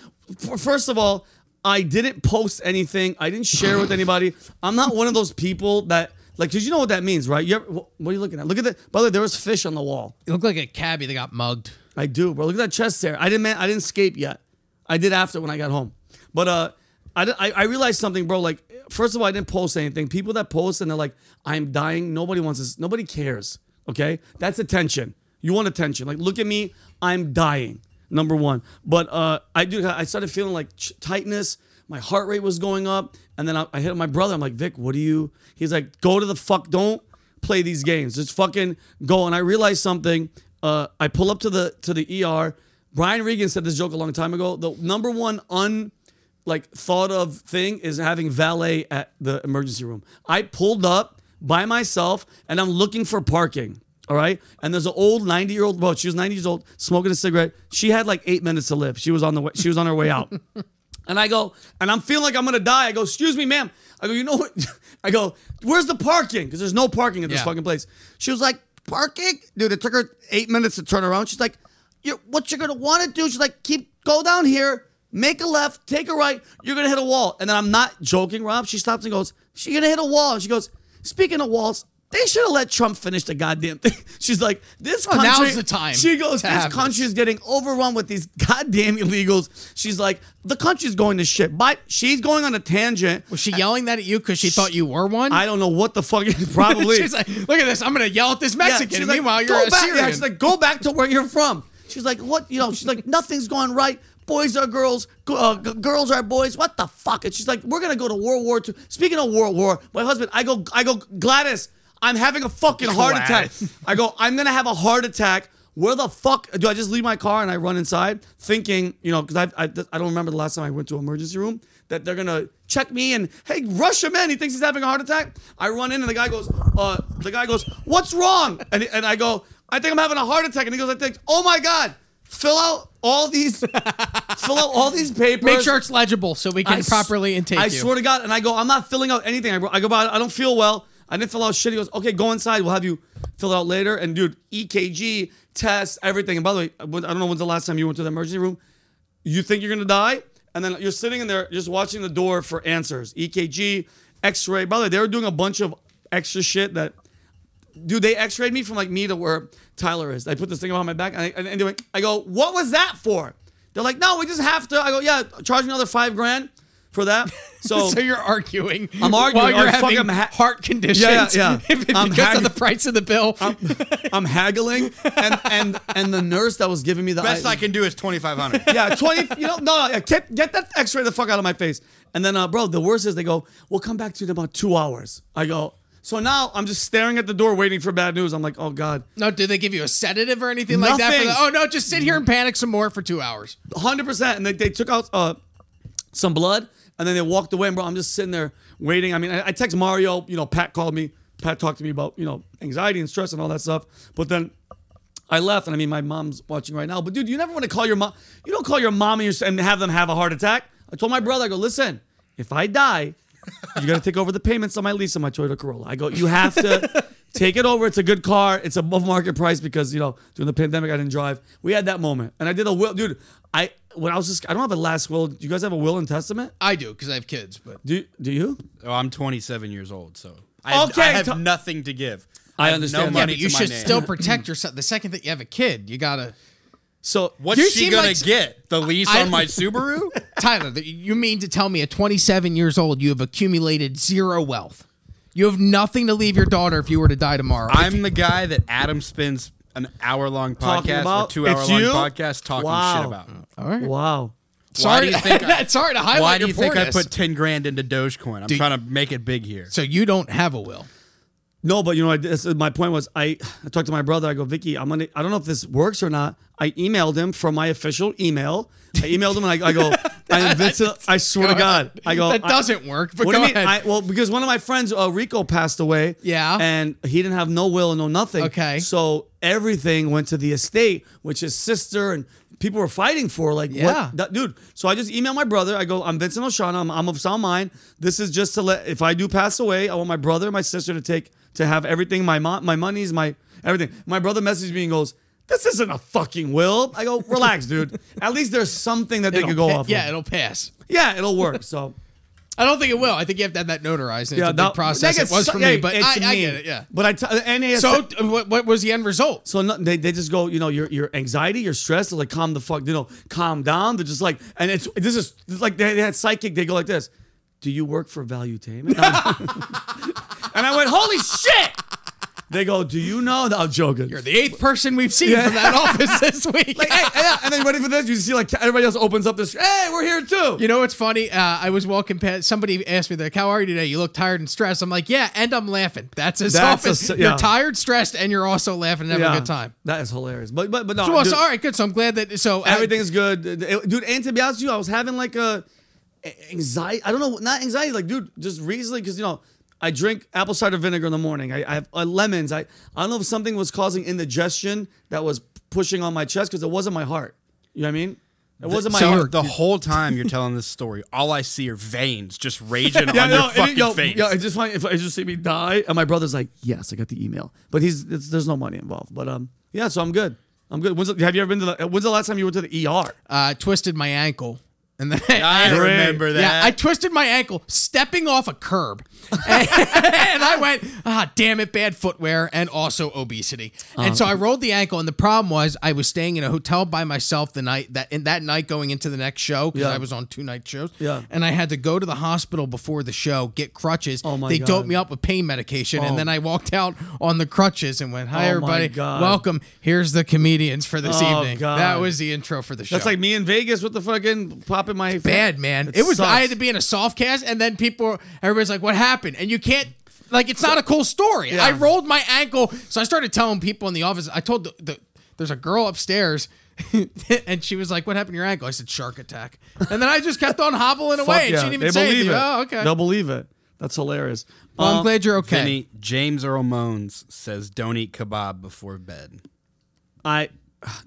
S1: f- first of all, I didn't post anything. I didn't share with anybody. I'm not one of those people that like, cause you know what that means, right? You ever, wh- what are you looking at? Look at that. By the way, there was fish on the wall.
S3: You look like a cabbie that got mugged.
S1: I do, bro. Look at that chest there. I didn't. Man, I didn't scape yet. I did after when I got home. But uh, I, di- I I realized something, bro. Like first of all, I didn't post anything. People that post and they're like, "I'm dying." Nobody wants this. Nobody cares. Okay, that's attention. You want attention. Like, look at me. I'm dying. Number one. But uh, I do. I started feeling like ch- tightness. My heart rate was going up, and then I, I hit my brother. I'm like, Vic, what do you? He's like, go to the fuck. Don't play these games. Just fucking go. And I realized something. Uh, I pull up to the to the ER. Brian Regan said this joke a long time ago. The number one un like thought of thing is having valet at the emergency room. I pulled up by myself and I'm looking for parking. All right. And there's an old 90 year old, well, she was 90 years old, smoking a cigarette. She had like eight minutes to live. She was on the way, she was on her way out. And I go, and I'm feeling like I'm gonna die. I go, excuse me, ma'am. I go, you know what? [laughs] I go, where's the parking? Because there's no parking at this
S3: Yeah.
S1: fucking place. She was like, parking? Dude, it took her eight minutes to turn around. She's like, you what you're gonna wanna do? She's like, keep go down here, make a left, take a right, you're gonna hit a wall. And then I'm not joking, Rob. She stops and goes, She's gonna hit a wall. And she goes, Speaking of walls, they should have let Trump finish the goddamn thing. [laughs] She's like, this
S3: Oh,
S1: country.
S3: now's the time
S1: She goes,
S3: to
S1: this
S3: have
S1: country is getting overrun with these goddamn illegals. She's like, the country's going to shit. But she's going on a tangent.
S3: Was she yelling that at you because she thought you were one?
S1: I don't know what the fuck. Probably.
S3: [laughs] she's like, look at this. I'm gonna yell at this Mexican.
S1: she's
S3: and
S1: like,
S3: meanwhile,
S1: "Go
S3: you're a
S1: back.
S3: Syrian.
S1: Yeah, she's like, go back to where you're from. She's like, what? You know, she's like, nothing's going right. Boys are girls. G- uh, g- girls are boys. What the fuck? And she's like, we're gonna go to World War II. Speaking of World War, my husband, I go, I go, Gladys, I'm having a fucking heart attack.
S3: Gladys.
S1: I go, I'm gonna have a heart attack. Where the fuck do I just leave my car and I run inside, thinking, you know, because I, I I don't remember the last time I went to an emergency room that they're gonna check me and hey, rush him in. He thinks he's having a heart attack. I run in and the guy goes, uh, the guy goes, what's wrong? And and I go, I think I'm having a heart attack. And he goes, I think, oh my god, fill out all these, fill out all these papers.
S3: Make sure it's legible so we can
S1: I s-
S3: properly intake
S1: I
S3: you.
S1: swear to God, and I go, I'm not filling out anything. I, go- I go, "But I don't feel well. I didn't fill out shit. He goes, okay, go inside. We'll have you fill it out later. And dude, EKG test, everything. And by the way, I don't know when's the last time you went to the emergency room. You think you're gonna die, and then you're sitting in there just watching the door for answers. EKG, X-ray. By the way, they were doing a bunch of extra shit that dude, they x-rayed me from like me to where Tyler is. I put this thing on my back and, I, and, and they went, I go, what was that for? They're like, no, we just have to. I go, yeah, charge me another five grand for that. So,
S3: [laughs] [laughs] so you're arguing.
S1: I'm arguing.
S3: While you're
S1: I'm
S3: having
S1: fucking ha-
S3: heart conditions.
S1: Yeah,
S3: [laughs]
S1: yeah, yeah. I'm
S3: because
S1: hag-
S3: of the price of the bill.
S1: [laughs] I'm haggling and, and and the nurse that was giving me the
S4: Best
S1: I-
S4: I can do is [laughs] 2,500.
S1: yeah, 20, you know, no, no, yeah, get, get that x-ray the fuck out of my face. And then, uh, bro, the worst is they go, we'll come back to you in about two hours. I go, so now I'm just staring at the door waiting for bad news. I'm like, oh God.
S3: no, did they give you a sedative or anything like that? For
S1: Nothing.
S3: the, oh no, just sit here and panic some more for two hours.
S1: hundred percent. And they, they took out uh, some blood, and then they walked away. And bro, I'm just sitting there waiting. I mean, I, I text Mario. You know, Pat called me. Pat talked to me about you know anxiety and stress and all that stuff. But then I left, and I mean, my mom's watching right now. But dude, you never want to call your mom. You don't call your mom and, your, s- and have them have a heart attack. I told my brother, I go, listen, if I die, you got to take over the payments on my lease on my Toyota Corolla. I go, you have to take it over. It's a good car. It's above market price because you know during the pandemic I didn't drive. We had that moment, and I did a will, dude. I when I was just I don't have a last will. Do you guys have a will and testament?
S3: I do because I have kids, but
S1: Do do you?
S2: Oh, I'm 27 years old, so
S4: I have,
S1: Okay,
S4: I have
S1: to-
S4: nothing to give.
S1: I
S4: have
S1: understand that.
S4: No
S3: yeah,
S4: money
S3: but you
S4: to my
S3: should
S4: name.
S3: still protect yourself. The second that you have a kid, you gotta
S1: So
S4: What's
S3: You
S4: she
S3: seem
S4: gonna
S3: like-
S4: get? The lease
S3: I-
S1: [laughs]
S4: on
S3: [laughs]
S4: my Subaru?
S3: Tyler, that you mean to tell me at 27 years old you have accumulated zero wealth? You have nothing to leave your daughter if you were to die tomorrow.
S2: I'm the guy that Adam spends an hour long
S1: Talking
S2: podcast
S1: about?
S2: or two hour
S1: It's
S2: long
S1: you?
S2: podcast talking
S1: Wow.
S2: shit about.
S3: All right.
S1: wow.
S2: Why do
S3: Oh. sorry,
S2: you think I,
S3: [laughs] that's sorry to highlight
S2: why do
S3: your
S2: you think I
S3: poorness.
S2: put 10 grand into Dogecoin? I'm
S3: you-
S2: trying to make it big here.
S3: So you don't have a will.
S1: No, but you know, I, this, is- my point was, I, I talked to my brother. I go, Vicky, I'm gonna. I don't know if this works or not. I emailed him from my official email. I emailed him and I, I
S3: [laughs]
S1: go, I am Vincent. I swear to God, I go.
S3: That
S1: I-
S3: doesn't work, but
S1: what do you
S3: go
S1: mean?
S3: ahead.
S1: I, well, because one of my friends, uh, Rico, passed away.
S3: Yeah.
S1: and he didn't have no will and no nothing.
S3: Okay.
S1: so everything went to the estate, which his sister and people were fighting for. Like,
S3: Yeah.
S1: what, that, dude? So I just emailed my brother. I go, I'm Vincent O'Shana. I'm, I'm of sound mind. This is just to let if I do pass away, I want my brother and my sister to take to have everything. My mom, my money's my everything. My brother messaged me and goes. This isn't a fucking will. I go, [laughs] relax, dude. At least there's something that they
S3: It'll
S1: could go
S3: pa-
S1: off.
S3: yeah,
S1: of.
S3: it'll pass.
S1: Yeah, it'll work. So
S3: I don't think it will. I think you have to have that notarized. And
S1: Yeah,
S3: [laughs] it's a big
S1: that-
S3: process.
S1: that
S3: it was
S1: gets-
S3: for
S1: hey,
S3: me, but I,
S1: it's
S3: I
S1: me.
S3: get it. Yeah.
S1: But I t- uh, the NAS.
S3: So t- what, what was the end result?
S1: So no, they, they just go, you know, your your anxiety, your stress, they're like, calm the fuck, you know, calm down. They're just like, and it's this is this is like they, they had psychic. They go like this. Do you work for Valuetainment? [laughs] And I was- and I went, holy shit. They go, do you know? No, I'm joking.
S3: You're the eighth person we've seen from that office this week.
S1: like, hey, hey, and then ready for this, you see like everybody else opens up this. Hey, we're here too.
S3: You know what's funny? Uh, I was walking past. Somebody asked me, "Like, how are you today? You look tired and stressed." I'm like, "Yeah," and I'm laughing. That's his
S1: That's a
S3: office.
S1: s- yeah.
S3: You're tired, stressed, and you're also laughing and having a good time.
S1: That is hilarious. But but but no.
S3: So, well,
S1: dude,
S3: so, all right, good. So I'm glad that. So I-
S1: Everything's good, It- dude. And to be honest with you, I was having like a a- anxiety. I don't know, not anxiety, like dude, just recently because you know I drink apple cider vinegar in the morning. I, I have uh, lemons. I I don't know if something was causing indigestion that was pushing on my chest because it wasn't my heart. You know what I mean? It wasn't my
S2: so
S1: heart.
S2: the whole time you're telling this story, all I see are veins just
S1: [laughs]
S2: raging on
S1: no,
S2: your fucking
S1: it, yo,
S2: face.
S1: yo, I just want if I just see me die, and my brother's like, "Yes, I got the email," but he's it's, there's no money involved. But um, yeah, so I'm good. I'm good. When's the, have you ever been to the? When's the last time you went to the ER?
S3: uh, twisted my ankle,
S1: [laughs]
S3: and then
S2: I
S1: Great.
S2: remember that.
S3: Yeah, I twisted my ankle stepping off a curb. [laughs] and I went, ah, damn it, bad footwear and also obesity. And so
S1: Uh-huh.
S3: I rolled the ankle. And the problem was I was staying in a hotel by myself the night that in that night going into the next show because
S1: Yeah.
S3: I was on two night shows.
S1: Yeah.
S3: And I had to go to the hospital before the show, get crutches.
S1: Oh, my
S3: they
S1: God.
S3: doped me up with pain medication. And then I walked out on the crutches and went, hi,
S1: Oh, my
S3: everybody.
S1: God.
S3: Welcome. Here's the comedians for this
S1: Oh,
S3: evening.
S1: God.
S3: That was the intro for the show
S1: That's like me in Vegas with the fucking popping my
S3: bad, man. It was. I had to
S1: sucks.
S3: be in a soft cast, and then people, everybody's like, "What happened?" And you can't. Like it's not a cool story. I rolled my ankle, so I started telling people in the office. I told the, the there's a girl upstairs, [laughs] and she was like, "What happened to your ankle?" I said, "Shark attack," and then I just kept on hobbling
S1: Fuck
S3: away. and
S1: yeah.
S3: she didn't even
S1: they
S3: say
S1: believe
S3: anything.
S1: it.
S3: Oh, okay.
S1: They'll believe it. That's hilarious.
S3: Well, I'm
S1: Um,
S3: glad you're okay.
S2: Vinny, James Earl Moans says, "Don't eat kebab before bed."
S1: I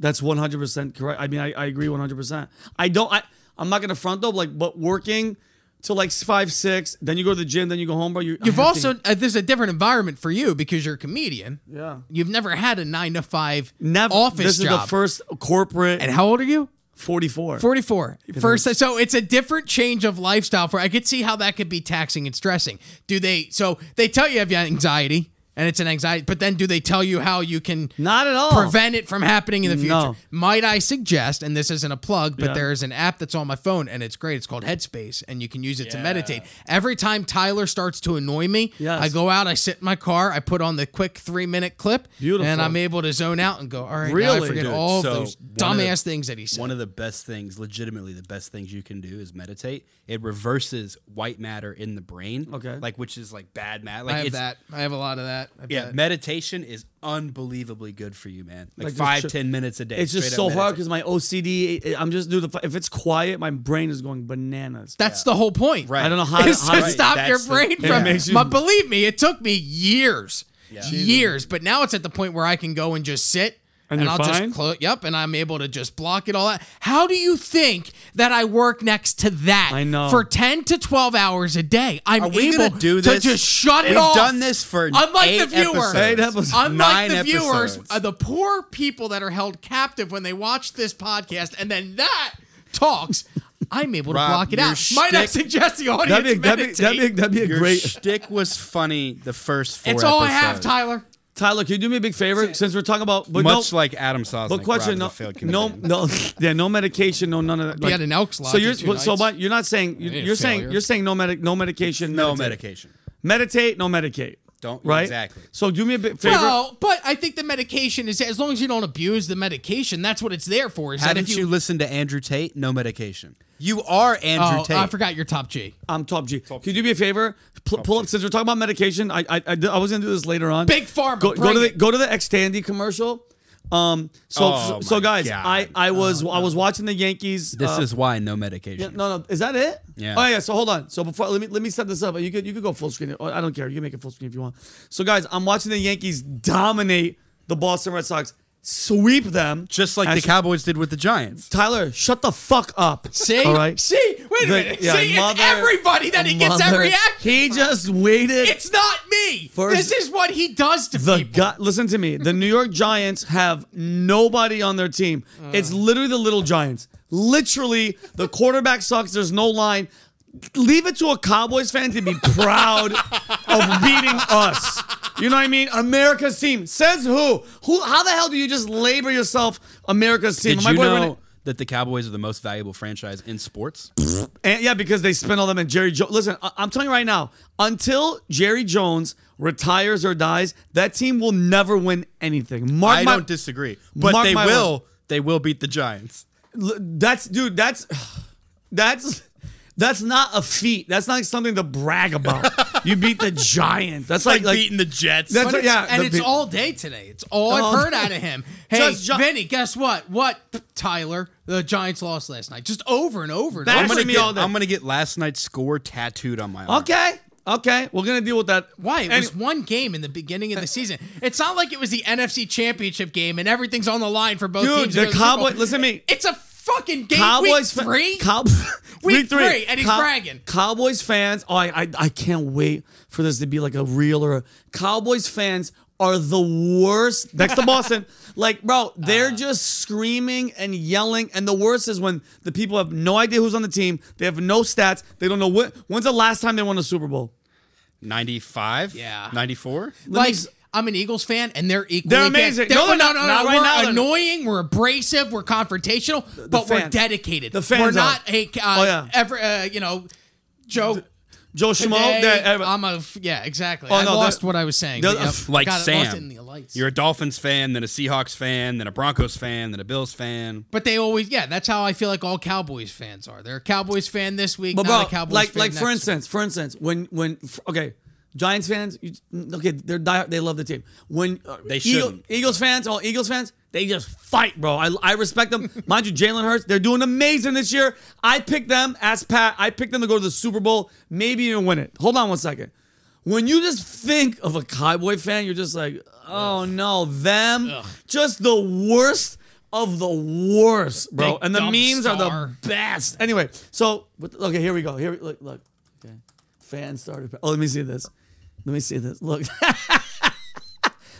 S1: that's 100% correct. I mean, I, I agree 100%. I don't I I'm not going to front though, but like but working till like 5 6, then you go to the gym, then you go home, bro. You, I have
S3: You've
S1: to-
S3: also uh, this is a different environment for you because you're a comedian.
S1: Yeah.
S3: You've never had a nine to five
S1: never This
S3: office job.
S1: is the first corporate
S3: and how old are you?
S1: 44.
S3: 44 first so it's a different change of lifestyle for i could see how that could be taxing and stressing do they so they tell you have anxiety and it's an anxiety but then do they tell you how you can
S1: Not at all.
S3: prevent it from happening in the future
S1: No.
S3: might i suggest and this isn't a plug but
S1: Yeah.
S3: there is an app that's on my phone and it's great it's called headspace and you can use it to meditate every time tyler starts to annoy me
S1: Yes.
S3: i go out i sit in my car i put on the quick three minute clip
S1: Beautiful.
S3: and i'm able to zone out and go all right now i
S1: Really?
S3: forget
S1: Dude,
S3: all
S2: so
S3: of those
S2: one of the-
S3: dumbass things that he said
S2: One of the best things, legitimately the best things you can do is meditate. It reverses white matter in the brain.
S1: Okay.
S2: Like which is like bad matter. Like
S3: I have
S2: it's,
S3: that. I have a lot of that. I have
S2: Yeah,
S3: that.
S2: meditation is unbelievably good for you, man. Like,
S1: Like, just
S2: five,
S1: chill-
S2: ten minutes a day.
S1: It's just
S2: straight
S1: so
S2: up
S1: hard
S2: meditate.
S1: because my OCD. it- I'm just dude. if- If it's quiet, my brain is going bananas.
S3: That's the whole point.
S2: Right.
S1: I don't know how.
S3: Is
S1: how
S3: to stop
S2: That's
S3: your
S2: the-
S3: brain
S2: Yeah.
S3: from.
S1: It makes you-
S3: but believe me, it took me years,
S2: Yeah.
S3: years. But now it's at the point where I can go and just sit.
S1: And you're
S3: I'll
S1: fine?
S3: just close. Yep, and I'm able to just block it all out. How do you think that I work next to that?
S1: I know.
S3: for ten to twelve hours a day. I'm
S2: Are we
S3: able
S2: gonna do this?
S3: to just shut
S2: We've
S3: it off.
S2: done this for
S3: Unlike
S2: eight
S3: the viewer,
S2: episodes.
S1: Eight episodes.
S3: Unlike
S2: Nine
S3: the viewers,
S2: episodes.
S3: uh, the poor people that are held captive when they watch this podcast, and then that talks. I'm able to
S2: Rob,
S3: block it
S2: your
S3: out. Might I
S2: shtick-
S3: [laughs] suggest the audience
S1: that'd be, that'd, be,
S3: meditate?
S1: that'd, be, that'd be a
S2: Your
S1: great.
S2: shtick was funny the first four
S3: it's all I
S2: episodes.
S3: have, Tyler.
S1: Tyler, can you do me a big favor? Since we're talking about, but
S2: Much
S1: no,
S2: like Adam Sosnick,
S1: but
S2: Rob
S1: question, no,
S2: is a failed
S1: no,
S2: comedian.
S1: no, [laughs] yeah, no medication, no none of that.
S3: had an Elks Lodge
S1: So you're,
S3: in two
S1: so
S3: nights.
S1: what? You're not saying you're,
S3: ain't a
S1: you're saying
S3: failure.
S1: you're saying no medic, no medication,
S2: no
S1: meditate.
S2: medication.
S1: meditate, no medicate.
S2: Don't-
S1: right
S2: exactly.
S1: So do me a big favor.
S3: Well, but I think the medication is as long as you don't abuse the medication, that's what it's there for. Is that
S2: Hadn't
S3: if
S2: you,
S3: you,
S2: listen to Andrew Tate? No medication. You are Andrew
S3: oh,
S2: Tate.
S3: I forgot your top G.
S1: I'm top G. Can you do me a favor? Pl- pull up since we're talking about medication. I I, I, I was gonna do this later on.
S3: Big Pharma,
S1: Go, go
S3: bring
S1: to the
S3: it.
S1: go to the Xtandi commercial. Um. So
S2: Oh
S1: so, so
S2: my
S1: guys,
S2: God. Oh,
S1: I I was I was watching the Yankees.
S2: This
S1: uh,
S2: is why no medication.
S1: Yeah, no, no, is that it?
S2: Yeah.
S1: Oh yeah. So hold on. So before let me let me set this up. You could you could go full screen. Oh, I don't care. You can make it full screen if you want. So guys, I'm watching the Yankees dominate the Boston Red Sox, sweep them,
S2: Just like
S1: As-
S2: the Cowboys did with the Giants.
S1: Tyler, shut the fuck up.
S3: See,
S1: all right.
S3: see, wait a
S1: The-
S3: minute.
S1: yeah,
S3: see,
S1: mother-
S3: it's everybody that he gets that
S1: Mother-
S3: reaction.
S1: He just waited.
S3: It's not me.
S1: First-
S3: this is what he does to
S1: The
S3: people.
S1: gut. Listen to me. The New York Giants have nobody on their team. It's literally the little Giants. Literally, the quarterback sucks. There's no line. leave it to a Cowboys fan to be proud of beating us. You know what I mean? America's team. Says who? Who? How the hell do you just labor yourself America's team?
S2: Did
S1: My
S2: you
S1: boy Renee-
S2: know that the Cowboys are the most valuable franchise in sports?
S1: And yeah, because they spend all them and Jerry Jones. Listen, I- am telling you right now, until Jerry Jones retires or dies, that team will never win anything. Mark
S4: I
S1: my-
S4: don't disagree, but
S1: Mark
S4: they
S1: my
S4: will. They will beat the Giants.
S1: L- That's dude. That's [sighs] that's that's not a feat. That's not something to brag
S3: [laughs]
S1: about. you beat the Giants. That's like,
S4: Like,
S1: like
S4: beating the
S1: That's-
S4: Jets. That's,
S3: But it's-
S1: yeah,
S3: and
S1: the
S3: it's
S1: big-
S3: all day today. It's all
S1: All
S3: I've heard
S1: day.
S3: out
S1: [laughs]
S3: of him. Hey,
S1: Just Gi-
S3: Vinny, guess what? What Tyler? The Giants lost last night. Just over and over. And
S1: Bash
S3: over.
S2: I'm gonna,
S1: with me
S2: get,
S1: all day.
S2: I'm gonna get last night's score tattooed on my arm.
S1: okay, okay. We're gonna deal with that.
S3: Why? It
S1: Any-
S3: was one game in the beginning of the season. It's not like it was the NFC Championship game and everything's on the line for both
S1: Dude,
S3: teams.
S1: the
S3: to go to Super Bowl.
S1: Cowboy- listen to me.
S3: It's a fucking game
S1: Cowboys fa-
S3: week three.
S1: Cow- [laughs]
S3: Week
S1: week three,
S3: three, and he's bragging.
S1: Cowboys fans, oh, I, I I can't wait for this to be like a real or a, Cowboys fans are the worst next to
S3: [laughs]
S1: Boston. like, bro,
S3: Uh.
S1: they're just screaming and yelling. And the worst is when the people have no idea who's on the team. They have no stats. They don't know what. When's the last time they won a Super Bowl?
S4: 95?
S3: Yeah.
S4: 94?
S1: Let me
S3: like
S1: s-
S3: I'm an Eagles fan, and they're equally.
S1: They're amazing.
S3: bad.
S1: No, they're
S3: no,
S1: not-
S3: no, no,
S1: not right
S3: we're
S1: now, they're not.
S3: annoying. We're abrasive. We're confrontational, but we're
S1: fans-
S3: dedicated.
S1: the fans
S3: We're not
S1: are.
S3: a. Uh,
S1: Oh, yeah.
S3: Ever, uh, you know, Joe.
S1: Joe Schmo.
S3: today,
S1: they're- every-
S3: I'm a. f- Yeah, exactly.
S1: Oh,
S3: I
S1: no,
S3: lost
S1: they're-
S3: what I was saying.
S1: they're-
S3: but, yep.
S2: Like
S3: Got it,
S2: Sam,
S3: lost it in the lights.
S2: you're a Dolphins fan, then a Seahawks fan, then a Broncos fan, then a Bills fan.
S3: But they always, yeah, that's how I feel like all Cowboys fans are. They're a Cowboys fan this week,
S1: But
S3: not
S1: bro,
S3: a Cowboys
S1: like
S3: fan
S1: like
S3: next
S1: for
S3: week.
S1: instance, for instance, when when f- okay, Giants fans, you, okay, they're die, they love the team. When uh,
S2: They
S1: Eagle-
S2: shouldn't.
S1: Eagles fans, all Eagles fans, they just fight, bro. I, I respect them. [laughs] Mind you, Jalen Hurts, they're doing amazing this year. I picked them as Pat. I picked them to go to the Super Bowl, maybe even win it. Hold on one second. When you just think of a Cowboy fan, you're just like, oh no, them, just the worst of the worst, bro.
S3: Big
S1: Oh, and the
S3: dumb
S1: memes are
S3: star.
S1: the best. Anyway, so with, okay, here we go. Here, we- look, look. Okay, fan started. Oh, let me see this. Let me see this. Look. [laughs]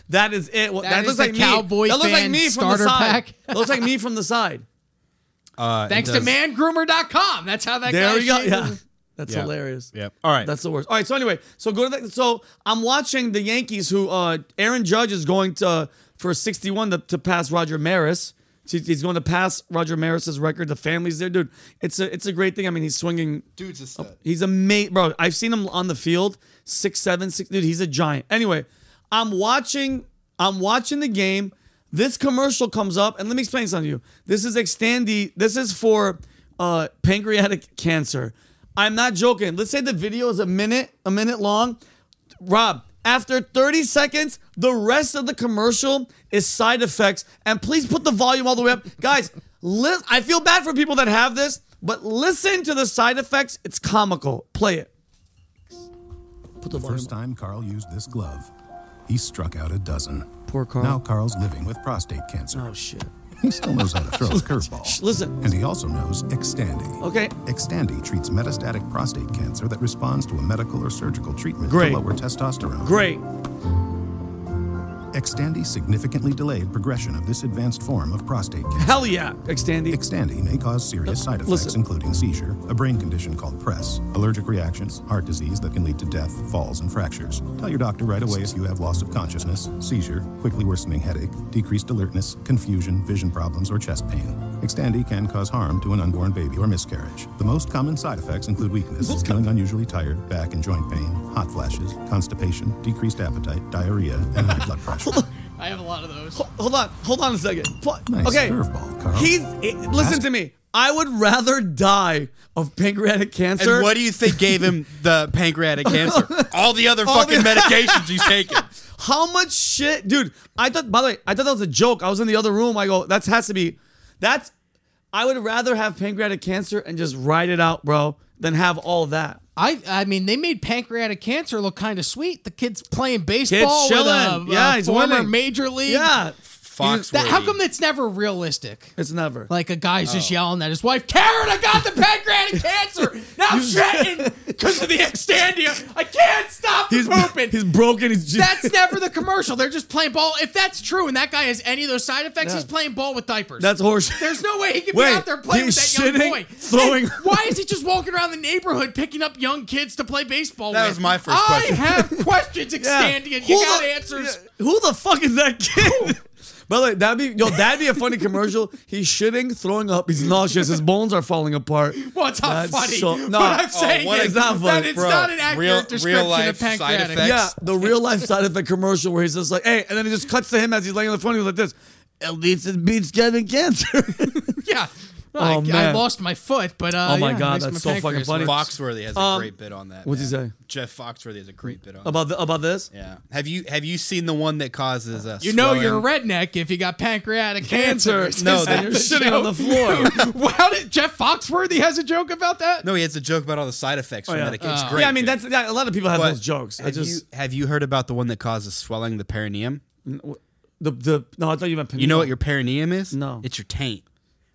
S1: That is it. Well, That, looks
S3: is the
S1: like me.
S3: Cowboy
S1: That looks like
S3: fan
S1: me from the
S3: starter
S1: side.
S3: pack.
S1: That looks like me from the
S3: [laughs]
S1: side.
S2: Uh, it
S3: Thanks to
S2: does-
S3: mangroomer.com. That's how that
S1: There
S3: guy
S1: we go.
S3: shaved
S1: Yeah,
S3: his-
S1: that's
S2: Yeah.
S1: hilarious.
S2: Yep. All right.
S1: That's the worst. All right. So anyway, so go to the, so I'm watching the Yankees. Who uh Aaron Judge is going to for 61 to, to pass Roger Maris. So He's he's going to pass Roger Maris's record. The family's there, dude. It's a it's a great thing. I mean, he's swinging.
S4: Dude's a stud.
S1: He's a mate, bro. I've seen him on the field, six, seven, six. Dude, he's a giant. Anyway, I'm watching. I'm watching the game. This commercial comes up, and let me explain something to you. This is Xtandi. This is for uh, pancreatic cancer. I'm not joking. Let's say the video is a minute, a minute long. Rob, after 30 seconds, the rest of the commercial is side effects. And please put the volume all the way up. Guys, li- I feel bad for people that have this, but listen to the side effects. It's comical. Play it. Put the volume
S5: First
S1: up.
S5: time Carl used this glove, he struck out a dozen.
S1: Poor Carl.
S5: Now Carl's living with prostate cancer.
S1: Oh, shit.
S5: He still knows how to throw
S1: [laughs]
S5: a curveball.
S1: Listen.
S5: And he also knows Xtandi.
S1: Okay.
S5: Xtandi treats metastatic prostate cancer that responds to a medical or surgical treatment
S1: Great.
S5: to lower testosterone.
S1: Great.
S5: Xtandi significantly delayed progression of this advanced form of prostate cancer.
S1: Hell yeah, Xtandi.
S5: Xtandi may cause serious side effects,
S1: listen.
S5: including seizure, a brain condition called PRESS, allergic reactions, heart disease that can lead to death, falls, and fractures. Tell your doctor right away if you have loss of consciousness, seizure, quickly worsening headache, decreased alertness, confusion, vision problems, or chest pain. Xtandi can cause harm to an unborn baby or miscarriage. The most common side effects include weakness, feeling unusually tired, back and joint pain, hot flashes, constipation, decreased appetite, diarrhea, and high blood pressure.
S3: I have a lot of those.
S1: Hold on. Hold on a second. Pu-
S5: Nice
S1: okay.
S5: curveball, Carl.
S1: He's. it- listen to me. I would rather die of pancreatic cancer.
S4: And what do you think gave him the
S1: [laughs]
S4: pancreatic cancer? All the other
S1: All the- [laughs]
S4: fucking medications he's taking.
S1: How much shit, dude? I thought. By the way, I thought that was a joke. I was in the other room. I go, that has to be. That's. I would rather have pancreatic cancer and just ride it out, bro, than have all that.
S3: I I mean, they made pancreatic cancer look kind of sweet. The kid's playing baseball with a,
S1: chilling.
S3: a
S1: Yeah, he's
S3: former
S1: winning.
S3: major league.
S1: Yeah,
S4: Fox.
S3: That, how come that's never realistic?
S1: it's never.
S3: Oh.
S1: [laughs]
S3: Like a guy's just yelling at his wife, Karen, I got the pancreatic cancer. Now I'm shitting. because of the extandia. I can't stop
S1: He's
S3: pooping.
S1: [laughs] He's broken. He's just,
S3: that's never the commercial. They're just playing ball. If that's true, and that guy has any of those side effects, he's playing ball with
S1: [laughs]
S3: diapers.
S1: that's horseshit.
S3: There's
S1: [laughs]
S3: no way he can
S1: Wait,
S3: be out there playing with
S1: he's
S3: that young
S1: shitting,
S3: boy.
S1: throwing-
S3: And why is he just walking around the neighborhood picking up young kids to play baseball?
S4: That
S3: with?
S4: was my first
S3: I
S4: question.
S1: [laughs]
S3: have questions, Extandia. You
S1: Who
S3: got
S1: the-
S3: answers.
S1: yeah, Who the fuck is that kid? [laughs] By the way, that'd be yo, that'd be a funny commercial. He's shitting, throwing up, he's nauseous, his bones are falling apart.
S3: Well, it's not
S1: That's
S3: funny.
S1: so- no.
S3: What I'm
S1: Oh,
S3: saying
S1: what
S3: is
S1: is not
S3: that
S1: funny,
S3: it's
S4: bro.
S3: not an accurate
S4: Real-
S3: description
S4: real-life
S3: of
S4: side
S3: pancreatic.
S4: effects.
S1: Yeah, the real life side of the commercial where he's just like, hey, and then it just cuts to him as he's laying on the phone, he's like this. At least it beats getting cancer. [laughs]
S3: Yeah. Well,
S1: Oh,
S3: I, I
S1: man.
S3: lost my foot, but uh,
S1: Oh, my
S3: yeah,
S1: God,
S3: makes
S1: that's
S3: my
S1: so fucking
S3: pancreas
S1: funny.
S3: work.
S4: Foxworthy has a
S1: um,
S4: great bit on that.
S1: what'd he
S4: man.
S1: say?
S4: Jeff Foxworthy has a great bit on
S1: about the, about this?
S4: that. Yeah. Have you have you seen the one that causes us?
S3: You know you're a redneck if you got pancreatic cancer.
S1: Cancer. No,
S3: Is
S1: that
S3: that
S1: you're
S3: the
S1: shitting on
S3: joke?
S1: the floor.
S3: Well, [laughs] How did Jeff Foxworthy has a joke about that?
S4: No, he has a joke about all the side effects from
S1: Oh, yeah.
S4: medication. It's
S1: Uh, Yeah,
S4: great.
S1: I mean
S4: dude.
S1: that's yeah, a lot of people have
S4: But
S1: those jokes. I
S4: Have you
S1: just
S4: have you heard about the one that causes swelling the perineum?
S1: the the no, I thought you meant
S4: You know what your perineum is?
S1: No.
S4: It's your taint.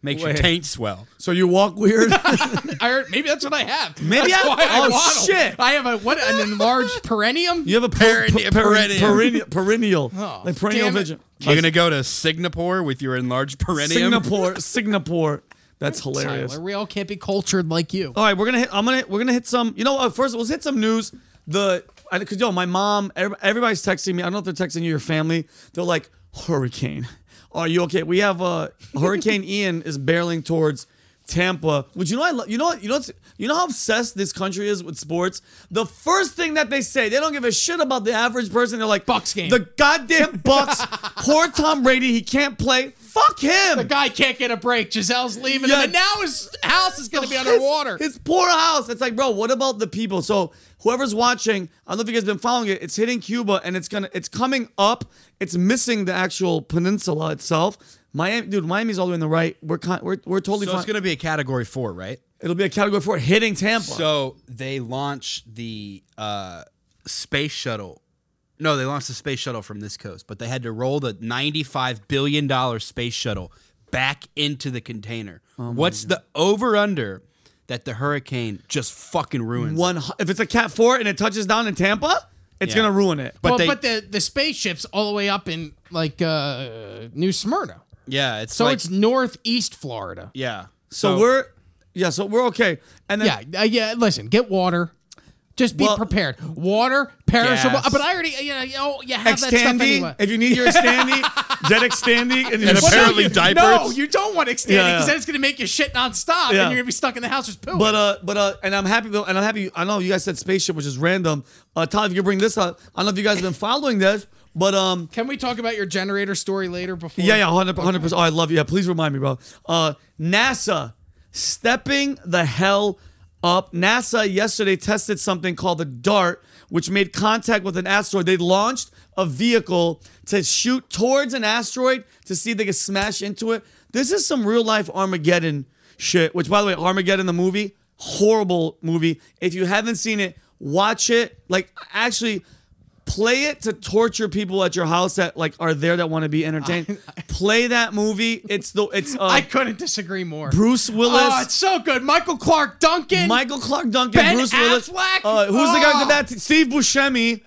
S4: Makes
S1: Wait.
S4: your taint swell.
S1: so you walk weird.
S3: I heard, maybe that's what I have.
S1: Maybe
S3: that's
S1: I-
S3: why I
S1: oh,
S3: waddle.
S1: shit.
S3: I have a what an enlarged perineum.
S1: [laughs] You have a per- per-
S4: Perini-
S1: per-
S4: perennial.
S1: perennial, perennial,
S3: Oh,
S1: like perennial
S3: damn it.
S1: vision.
S4: You're gonna go to Singapore with your enlarged perineum.
S1: Singapore, Singapore. That's hilarious.
S3: Tyler, we all can't be cultured like you.
S1: All right, we're gonna hit. I'm gonna we're gonna hit some. You know what? First, let's hit some news. The because yo, my mom, every- everybody's texting me. I don't know if they're texting you, your family. They're like hurricane. Are you okay? We have
S3: [laughs]
S1: uh, Hurricane Ian is barreling towards Tampa. Which you know I lo- you know what you know what's- you know how obsessed this country is with sports. The first thing that they say, they don't give a shit about the average person. They're like
S3: Bucks game.
S1: The goddamn
S3: [laughs]
S1: Bucks. Poor Tom Brady. He can't play. Fuck him.
S3: The guy can't get a break. Giselle's leaving
S1: Yeah.
S3: him, and now his house is going to be
S1: His-
S3: underwater.
S1: His, poor house. It's like, bro, what about the people? So whoever's watching, I don't know if you guys been following it. It's hitting Cuba and it's gonna it's coming up. It's missing the actual peninsula itself. Miami, dude, Miami's all the way on the right. We're con- we're, we're totally
S4: So
S1: fine.
S4: it's gonna be a category four, right?
S1: It'll be a category four hitting Tampa.
S4: So they launched the uh, space shuttle. No, they launched the space shuttle from this coast, but they had to roll the ninety-five billion dollar space shuttle back into the container.
S1: Oh
S4: What's the over/under that the hurricane just fucking ruins?
S1: one hu- if it's a cat four and it touches down in Tampa, it's
S4: Yeah.
S1: gonna ruin it.
S4: But
S3: well,
S4: they-
S3: but the the spaceship's all the way up in like uh, New Smyrna,
S4: Yeah, it's
S3: so
S4: like,
S3: it's northeast Florida.
S4: yeah.
S1: so, we're yeah, so we're okay. And then
S3: Yeah, uh, yeah. Listen, get water. Just be
S1: Well-
S3: prepared. Water, perishable. Uh,
S4: Gas.
S3: But I already, you know, you know, you have that stuff
S1: extending.
S3: anyway.
S1: If you need your extending,
S3: [laughs]
S1: jet extending, and,
S4: And
S1: your-
S4: apparently diapers.
S3: No, you don't want extending
S1: Yeah, yeah.
S3: because then it's gonna make you shit nonstop,
S1: Yeah.
S3: and you're gonna be stuck in the house with poo.
S1: But uh, but uh, and I'm happy though, and I'm happy. I know you guys said spaceship, which is random. Uh, Todd, if you could bring this up, I don't know if you guys have been following this, but um,
S3: Can we talk about your generator story later? Before
S1: yeah, yeah, hundred percent. Oh, I love you. Yeah, please remind me, bro. Uh, NASA stepping the hell up. NASA yesterday tested something called the DART, which made contact with an asteroid. They launched a vehicle to shoot towards an asteroid to see if they could smash into it. This is some real life Armageddon shit. Which, by the way, Armageddon the movie, horrible movie. If you haven't seen it, watch it. Like, actually play it to torture people at your house that like are there that want to be
S3: [laughs]
S1: entertained. play that movie. It's the it's uh,
S3: I couldn't disagree more.
S1: Bruce Willis.
S3: Oh, it's so good. Michael Clark Duncan.
S1: Michael Clark Duncan,
S3: Ben
S1: Bruce Willis,
S3: Affleck?
S1: uh, who's the guy with
S3: Oh.
S1: that? Steve Buscemi,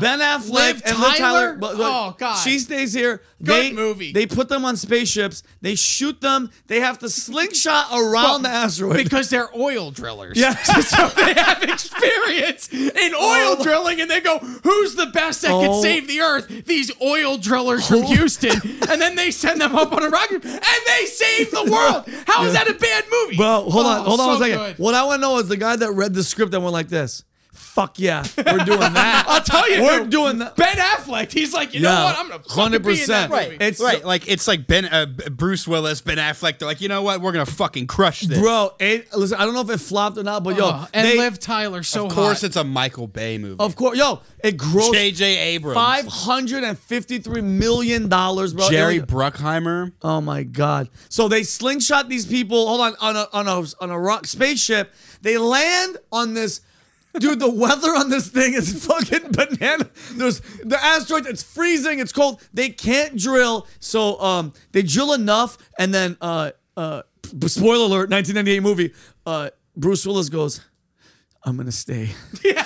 S1: Ben Affleck,
S3: Liv
S1: and Liv
S3: Tyler?
S1: Tyler. But, but
S3: Oh, God.
S1: she stays here.
S3: Good
S1: they,
S3: movie.
S1: They put them on spaceships. They shoot them. They have to slingshot around the asteroid.
S3: because they're oil drillers.
S1: [laughs]
S3: [laughs]
S1: Yeah.
S3: so they have experience in oil
S1: Oh.
S3: drilling, and they go, "Who's the best that
S1: Oh.
S3: can save the Earth?" These oil drillers from
S1: [laughs]
S3: Houston, and then they send them up on a rocket, and they save the world. How is that a bad movie?
S1: Bro, hold on,
S3: Oh,
S1: hold on
S3: so
S1: one second.
S3: good.
S1: What I want to know is the guy that read the script that went like this. Fuck yeah, we're doing that.
S3: [laughs] I'll tell you,
S1: we're
S3: who-
S1: doing that.
S3: Ben Affleck. He's like, you know what? I'm gonna hundred percent
S1: Right. It's
S4: Right, like it's like Ben, uh, B- Bruce Willis, Ben Affleck. They're like, you know what? We're gonna fucking crush this.
S1: bro. It, listen, I don't know if it flopped or not, but yo,
S3: Uh, and
S1: they,
S3: Liv Tyler so
S4: of course,
S3: hot.
S4: it's a Michael Bay movie.
S1: of course, yo, it grossed
S4: J.J. Abrams,
S1: five hundred and fifty-three million dollars, bro.
S4: Jerry
S1: It was-
S4: Bruckheimer.
S1: Oh my god! So they slingshot these people. Hold on, on a on a on a rock spaceship. They land on this. Dude, the [laughs] weather on this thing is fucking [laughs] banana. There's the asteroid. It's freezing. It's cold. They can't drill. So um, they drill enough, and then uh uh, p- spoiler alert, 1998 movie. Uh, Bruce Willis goes. I'm gonna stay
S3: [laughs] Yeah,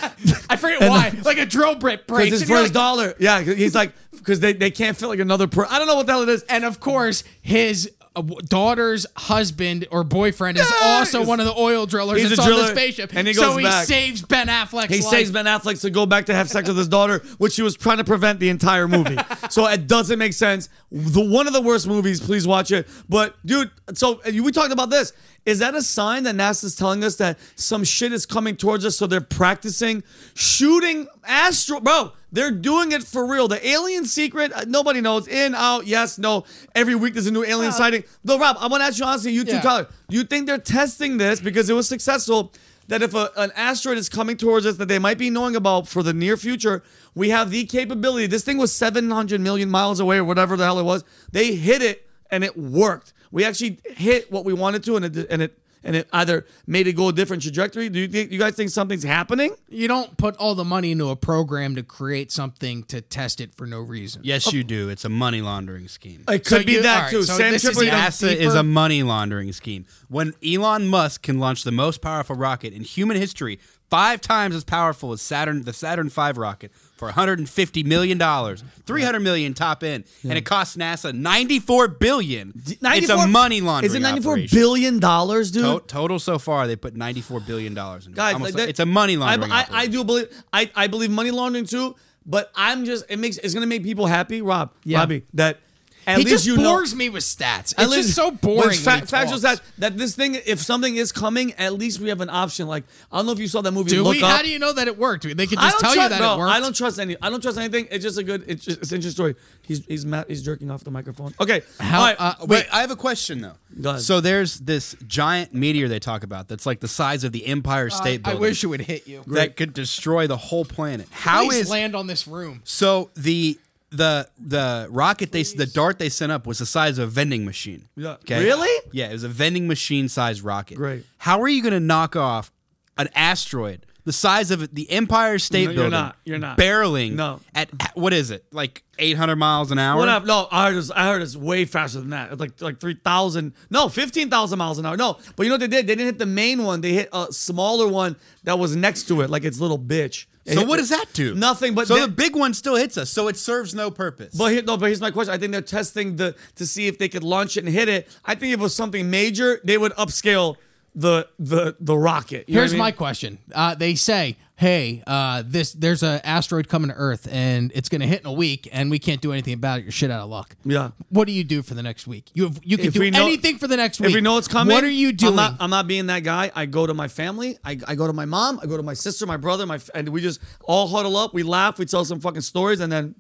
S3: I forget why. like a drill bit breaks.
S1: because it's
S3: and
S1: for
S3: you're
S1: his
S3: like-
S1: dollar. Yeah, 'cause he's like because they, they can't feel like another per. I don't know what the hell it is.
S3: and of course, his uh, w- daughter's husband or boyfriend is
S1: Yeah,
S3: also
S1: he's-
S3: one of the oil drillers
S1: he's a
S3: that's on
S1: driller,
S3: the spaceship.
S1: and he
S3: so
S1: goes
S3: he
S1: back.
S3: saves Ben Affleck.
S1: He saves Ben Affleck to go back to have sex with his daughter, which he was trying to prevent the entire movie. so it doesn't make sense. The one of the worst movies. Please watch it. But dude, so and you- we talked about this. Is that a sign that NASA's telling us that some shit is coming towards us? So they're practicing shooting astro, bro. They're doing it for real. The alien secret, uh, nobody knows. In, out, yes, no. Every week there's a new alien sighting. Though, Rob, I want to ask you honestly, you two
S3: Yeah.
S1: Tyler, do you think they're testing this because it was successful? That if a, an asteroid is coming towards us that they might be knowing about for the near future, we have the capability. This thing was 700 million miles away or whatever the hell it was. They hit it and it worked. We actually hit what we wanted to, and it and it and it either made it go a different trajectory. Do you think you guys think something's happening?
S3: You don't put all the money into a program to create something to test it for no reason.
S1: Oh.
S4: Yes, you do. It's a money laundering scheme.
S1: It could
S3: So
S1: be
S3: you-
S1: that
S3: alright,
S1: too.
S3: so
S1: Sam
S3: this is
S1: Tripoli-
S3: the
S4: NASA
S3: deeper-
S4: is a money laundering scheme. When Elon Musk can launch the most powerful rocket in human history, five times as powerful as Saturn, the Saturn V rocket, for 150 million dollars, 300 million top end, and it costs NASA 94 billion. it's
S1: 94
S4: a money laundering.
S1: Is it 94
S4: operation.
S1: billion dollars, dude?
S4: To- total so far, they put 94 billion dollars in.
S1: guys, like that-
S4: it's a money
S1: I-
S4: laundering.
S1: I, I,
S4: operation.
S1: do believe I, I believe money laundering too, but I'm just it makes it's gonna make people happy, Rob,
S3: Yeah.
S1: Robbie, that at
S3: he
S1: least
S3: just
S1: you know.
S3: bores me with stats. It's
S1: least-
S3: just so
S1: with
S3: boring.
S1: fa-
S3: when he
S1: factual
S3: talks.
S1: stats that this thing, if something is coming, at least we have an option. Like I don't know if you saw that movie.
S3: Do
S1: Look
S3: we?
S1: up.
S3: How do you know that it worked? They could
S1: I don't
S3: just tell
S1: trust,
S3: you that
S1: bro,
S3: it worked.
S1: I don't trust any. I don't trust anything. It's just a good. It's just, it's an interesting story. He's he's ma- he's jerking off the microphone. Okay.
S3: How-
S1: All right.
S3: uh,
S4: Wait, I have a question though.
S1: Go ahead.
S4: So there's this giant meteor they talk about that's like the size of the Empire State
S3: Uh, I
S4: Building.
S3: wish it would hit you.
S4: that could destroy the whole planet. How is
S3: Please land on this room?
S4: so the the the rocket they the dart they sent up was the size of a vending machine.
S1: Yeah. Really?
S4: Yeah, it was a vending machine sized rocket.
S1: Great.
S4: How are you going to knock off an asteroid the size of the Empire
S1: No,
S4: State
S1: you're
S4: Building?
S1: not. You're not.
S4: barreling.
S1: No.
S4: At at- what is it like 800 miles an hour?
S1: What up? No, I heard it's I heard it's way faster than that. It's Like like three thousand, no, fifteen thousand miles an hour. No, but you know what they did? They didn't hit the main one. They hit a smaller one that was next to it, like its little bitch. It
S4: So
S1: hit-
S4: what does that do?
S1: Nothing. But
S4: so
S1: that-
S4: the big one still hits us. So it serves no purpose.
S1: But here, no, but here's my question. I think they're testing the to see if they could launch it and hit it. I think if it was something major, they would upscale the the the rocket. You know
S3: Here's
S1: what I
S3: my
S1: mean?
S3: question. Uh, they say, "Hey, uh, this there's an asteroid coming to Earth, and it's going to hit in a week, and we can't do anything about it. You're shit out of luck."
S1: Yeah.
S3: What do you do for the next week? You have, you can
S1: If
S3: do
S1: we know-
S3: anything for the next week.
S1: If we know it's coming,
S3: what are you doing?
S1: I'm not, I'm not being that guy. I go to my family. I, I go to my mom. I go to my sister, my brother, my f- and we just all huddle up. We laugh. We tell some fucking stories, and then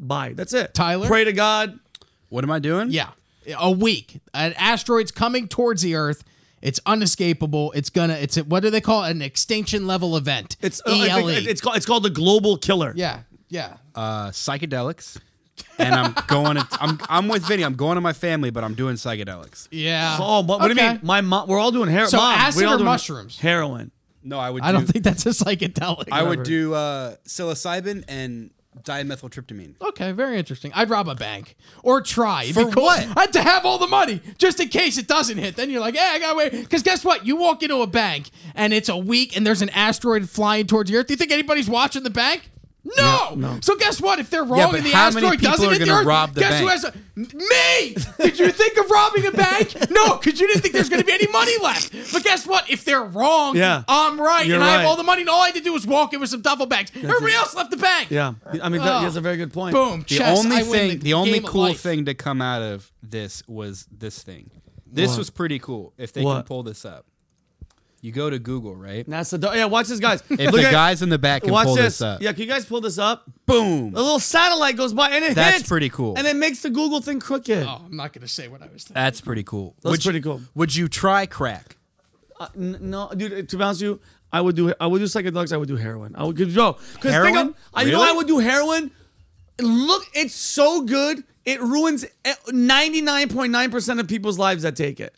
S1: bye. That's it.
S3: Tyler?
S1: pray to God.
S4: what am I doing?
S3: yeah, a week. An asteroid's coming towards the Earth. It's unescapable. It's gonna. It's a, what do they call it? An extinction level event.
S1: It's uh, I
S3: ELE.
S1: think it's called it's called the global killer.
S3: E yeah, yeah.
S4: uh, psychedelics, and I'm going. To, I'm I'm with Vinny. I'm going to my family, but I'm doing psychedelics.
S3: Yeah.
S1: Oh, but what do you
S3: Okay.
S1: mean? My mom. We're all doing heroin.
S3: So
S1: mom,
S3: acid
S1: we all
S3: or
S1: doing
S3: mushrooms?
S1: Heroin.
S4: No, I would.
S3: I don't
S4: do,
S3: think that's a psychedelic.
S4: I would do uh, psilocybin and dimethyltryptamine.
S3: Okay, very interesting. I'd rob a bank or try. It'd be
S4: For
S3: cool.
S4: what?
S3: I'd to have all the money just in case it doesn't hit. Then you're like, hey, I got to wait. Because guess what? You walk into a bank and it's a week and there's an asteroid flying towards the Earth. Do you think anybody's watching the bank? No. So guess what? If they're wrong
S4: but
S3: and the
S4: how many
S3: asteroid
S4: people
S3: doesn't
S4: are
S3: hit the
S4: gonna
S3: Earth,
S4: rob the
S3: guess who
S4: bank?
S3: has a, me? Did you think of robbing
S4: [laughs]
S3: a bank? No, because you didn't think there's going to be any money left. But guess what? If they're wrong,
S1: Yeah.
S3: I'm right,
S1: You're
S3: and I have
S1: right.
S3: all the money, and all I had to do was walk in with some duffel bags. Everybody else left the bank.
S1: Yeah, I mean that,
S3: Oh.
S1: that's a very good point.
S3: Boom.
S4: The
S3: chess,
S4: only
S3: I win
S4: thing, the, only
S3: game of
S4: cool
S3: life.
S4: thing to come out of this was this thing. This was pretty cool. If they can
S1: What?
S4: pull this up, you go to Google, right?
S1: NASA. do- Yeah, watch this,
S3: [laughs]
S1: guys.
S4: If the guys in the back can
S1: watch
S4: pull
S1: this.
S4: this, up,
S1: Yeah, can you guys pull this up?
S4: boom.
S1: A little satellite goes by and it
S4: That's
S1: hits.
S4: pretty cool.
S1: And it makes the Google thing crooked.
S3: Oh, I'm not gonna say what I was thinking.
S4: That's pretty cool.
S1: That's
S4: Would you-
S1: pretty cool.
S4: Would you try crack?
S1: Uh, n- no, dude. To be honest with you, I would do. I would do psychedelics. I would do heroin. I would cause, yo, 'cause
S4: Heroin?
S1: Think of, I you know
S4: Really?
S1: I would do heroin. Look, it's so good. It ruins ninety nine point nine percent of people's lives that take it.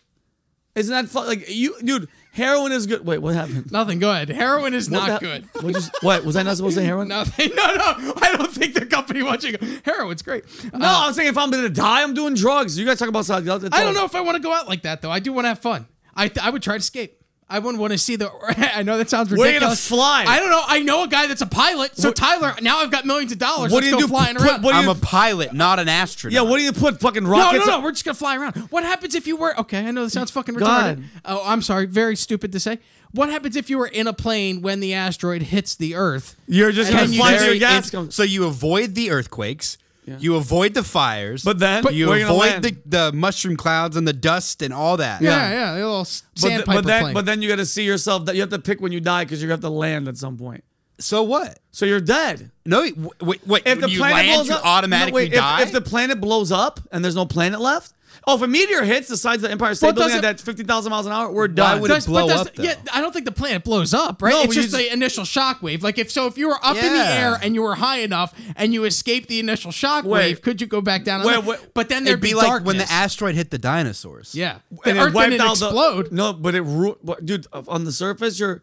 S1: Isn't that fun? Like you, dude. Heroin is good. Wait, what happened?
S3: Nothing. Go ahead. Heroin is
S1: What
S3: not
S1: the-
S3: good. [laughs]
S1: What, just, what was I not supposed to say? Heroin?
S3: Nothing. [laughs] No, no. I don't think the company watching heroin's great. Uh,
S1: No, I'm saying if I'm gonna die, I'm doing drugs. You guys talk about psychedelics.
S3: I don't know if I want to go out like that though. I do want to have fun. I th- I would try to escape. I wouldn't want to see the. [laughs] I know that sounds
S1: Where you
S3: ridiculous.
S1: gonna fly?
S3: I don't know. I know a guy that's a pilot. So
S1: What-
S3: Tyler, now I've got millions of dollars.
S1: What
S3: Let's
S1: do you
S3: go
S1: do?
S3: flying
S1: Put-
S3: around.
S1: what do
S4: I'm
S1: you-
S4: a pilot, not an astronaut.
S1: Yeah, what do you put fucking
S3: no,
S1: rockets?
S3: no, no.
S1: up-
S3: We're just gonna fly around. What happens if you were? Okay, I know this sounds fucking retarded.
S1: God.
S3: Oh, I'm sorry. Very stupid to say. What happens if you were in a plane when the asteroid hits the Earth?
S1: You're just
S3: Can
S1: gonna
S3: you
S1: fly
S3: very-
S1: through a gas.
S3: it's-
S1: com-
S4: So you avoid the earthquakes. You avoid the fires.
S1: But then- But
S4: you
S1: where you gonna
S4: avoid
S1: land?
S4: the, the mushroom clouds and the dust and all that.
S3: Yeah, yeah. a little s-
S1: But, th-
S3: sandpiper
S1: but then,
S3: plane.
S1: but then you gotta see yourself that you have to pick when you die because you have to land at some point.
S4: So what?
S1: So you're dead.
S4: No, w- wait, wait.
S1: If the
S4: you
S1: planet
S4: land,
S1: blows
S4: you
S1: up,
S4: automatically
S1: no, wait, if-
S4: die.
S1: If, the planet blows up and there's no planet left, oh, if a meteor hits the sides of the Empire State
S3: Well,
S1: Building at
S3: doesn't-
S1: that 15,000 miles an hour, we're done.
S4: would it blow
S3: does-
S4: up, though?
S3: Yeah, I don't think the planet blows up, right?
S1: No,
S3: it's
S1: but you
S3: just
S1: just-
S3: the initial shock wave. Like if so, if you were up in the
S4: Yeah.
S3: air and you were high enough and you escaped the initial shock
S1: Wait.
S3: wave, could you go back down? on
S1: Wait,
S3: that?
S1: wait.
S3: but then
S4: It'd
S3: there'd
S4: be,
S3: be,
S4: like
S3: darkness.
S4: when the asteroid hit the dinosaurs.
S3: yeah,
S1: and
S3: the
S1: it
S3: Earth
S1: wiped
S3: didn't
S1: out
S3: explode.
S1: The, no, but it ru- but, dude on the surface, you're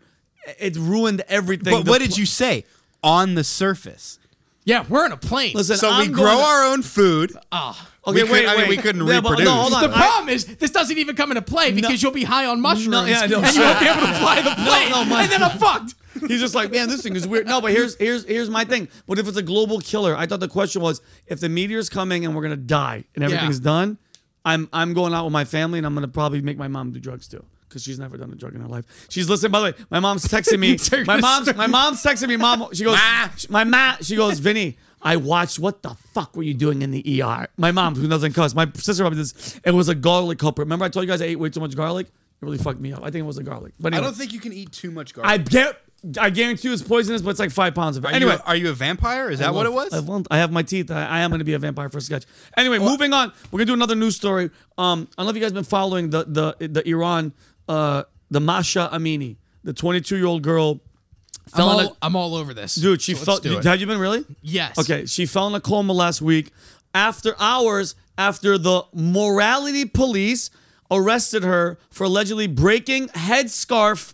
S1: it ruined everything.
S4: But
S1: The
S4: what
S1: pl-
S4: did you say? On the surface.
S3: yeah, we're in a plane.
S1: Listen,
S4: So we
S1: I'm
S4: grow
S1: going-
S4: our own food.
S1: Okay,
S4: we could-
S1: wait,
S4: I mean,
S1: wait.
S4: we couldn't
S1: Yeah, but-
S4: reproduce.
S1: No, hold
S4: The
S1: on.
S3: the
S1: I-
S3: problem is this doesn't even come into play because you'll be high on mushrooms
S1: yeah, no,
S3: and you
S1: sure.
S3: won't be able to fly the
S1: [laughs]
S3: plane,
S1: no, my-
S3: and then I'm fucked.
S1: He's just like, man, this thing is weird. No, but here's here's here's my thing. But if it's a global killer, I thought the question was, if the meteor's coming and we're gonna die and everything's done, I'm I'm going out with my family and I'm gonna probably make my mom do drugs too. Cause she's never done a drug in her life. She's listening. By the way, my mom's texting
S4: [laughs]
S1: me.
S3: So you're
S1: my
S3: gonna
S1: mom's
S3: start-
S1: my mom's texting me. Mom, she goes, my ma. She goes, Vinny. I watched. What the fuck were you doing in the ER? My mom, who doesn't cuss. My sister probably does. It was a garlic culprit. Remember, I told you guys I ate way too much garlic. It really fucked me up. I think it was a garlic. But
S4: I
S1: anyway.
S4: don't think you can eat too much
S1: I
S4: garbage.
S1: get. I guarantee you it's poisonous, but it's like five pounds of it.
S4: Are
S1: Anyway,
S4: you, are you a vampire? Is that what it was?
S1: I, won't- I have my teeth. I, I am going to be a vampire for a sketch. Anyway, moving on. We're going to do another news story. Um, I don't know if you guys been following the the the Iran, uh, the Masha Amini, the 22 year old girl.
S3: I'm
S1: Fell in
S3: all,
S1: a,
S3: I'm all over this,
S1: dude, she
S3: So let's
S1: fell.
S3: do it.
S1: Have you been really?
S3: Yes.
S1: Okay, she fell in a coma last week after hours after the morality police arrested her for allegedly breaking headscarf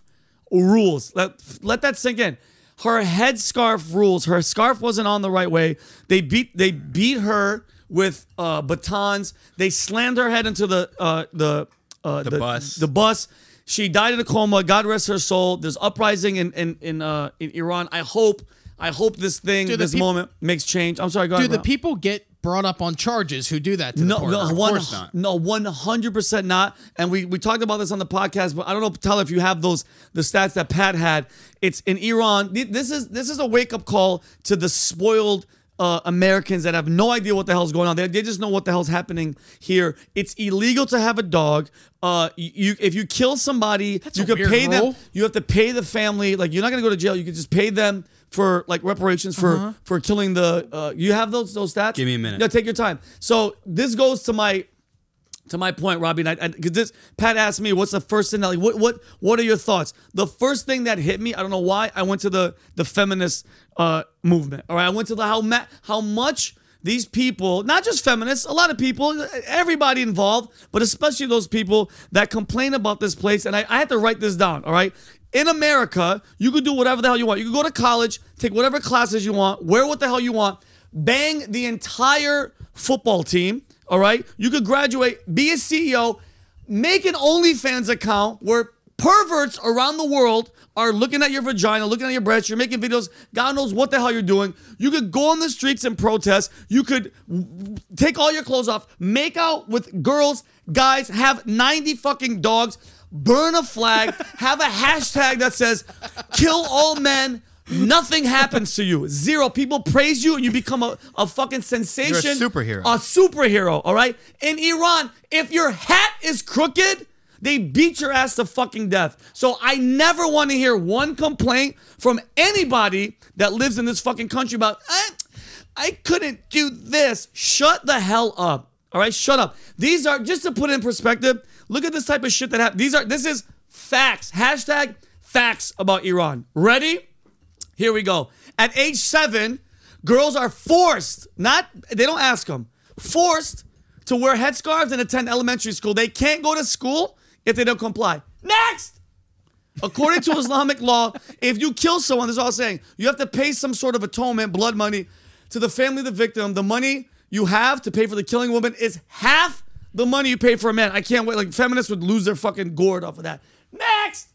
S1: rules. Let, let that sink in. Her headscarf rules. Her scarf wasn't on the right way. They beat they beat her with uh, batons. They slammed her head into the uh, the, uh, the
S4: bus.
S1: The bus. She died in a coma. God rest her soul. There's uprising in in in, uh, in Iran. I hope I hope this thing
S3: Dude, the
S1: this
S3: peop-
S1: moment makes change. I'm sorry, go
S3: do
S1: ahead,
S3: the
S1: Brown.
S3: people get brought up on charges who do that? To the
S1: No,
S3: porter?
S1: no,
S3: Of
S1: one,
S4: course not.
S1: no, one hundred percent not. And we we talked about this on the podcast, but I don't know, Tyler, if you have those the stats that Pat had. It's in Iran. Th- This is this is a wake up call to the spoiled. Uh, Americans that have no idea what the hell's going on. They, they just know what the hell's happening here. It's illegal to have a dog. Uh, y- you if you kill somebody, you
S3: a
S1: could
S3: weird
S1: pay them.
S3: rule.
S1: You have to pay the family. Like you're not gonna go to jail. You could just pay them for like reparations for for killing the. Uh, you have those those stats.
S4: Uh-huh. Give me a minute.
S1: Yeah, take your time. So this goes to my to my point, Robbie, and because this Pat asked me, "What's the first thing that like what what what are your thoughts?" The first thing that hit me, I don't know why, I went to the the feminist uh, movement. All right, I went to the how ma- how much these people, not just feminists, a lot of people, everybody involved, but especially those people that complain about this place. And I, I had to write this down. All right, in America, you could do whatever the hell you want. You could go to college, take whatever classes you want, wear what the hell you want, bang the entire football team. All right. You could graduate, be a CEO, make an OnlyFans account where perverts around the world are looking at your vagina, looking at your breasts, you're making videos. God knows what the hell you're doing. You could go on the streets and protest. You could w- take all your clothes off, make out with girls, guys, have 90 fucking dogs, burn a flag, [laughs] have a hashtag that says kill all men. Nothing happens to you. Zero. People praise you and you become a, a fucking sensation.
S4: superhero.
S1: A superhero, all right? In Iran, if your hat is crooked, they beat your ass to fucking death. So I never want to hear one complaint from anybody that lives in this fucking country about, I, I couldn't do this. Shut the hell up. All right, shut up. These are just to put it in perspective. Look at this type of shit that happened. These are this is facts. Hashtag facts about Iran. Ready? Here we go. At age seven, girls are forced, not, they don't ask them, forced to wear headscarves and attend elementary school. They can't go to school if they don't comply. Next! According to Islamic law, if you kill someone, this is all I'm saying, you have to pay some sort of atonement, blood money, to the family of the victim. The money you have to pay for the killing woman is half the money you pay for a man. I can't wait. Like, feminists would lose their fucking gourd off of that. Next!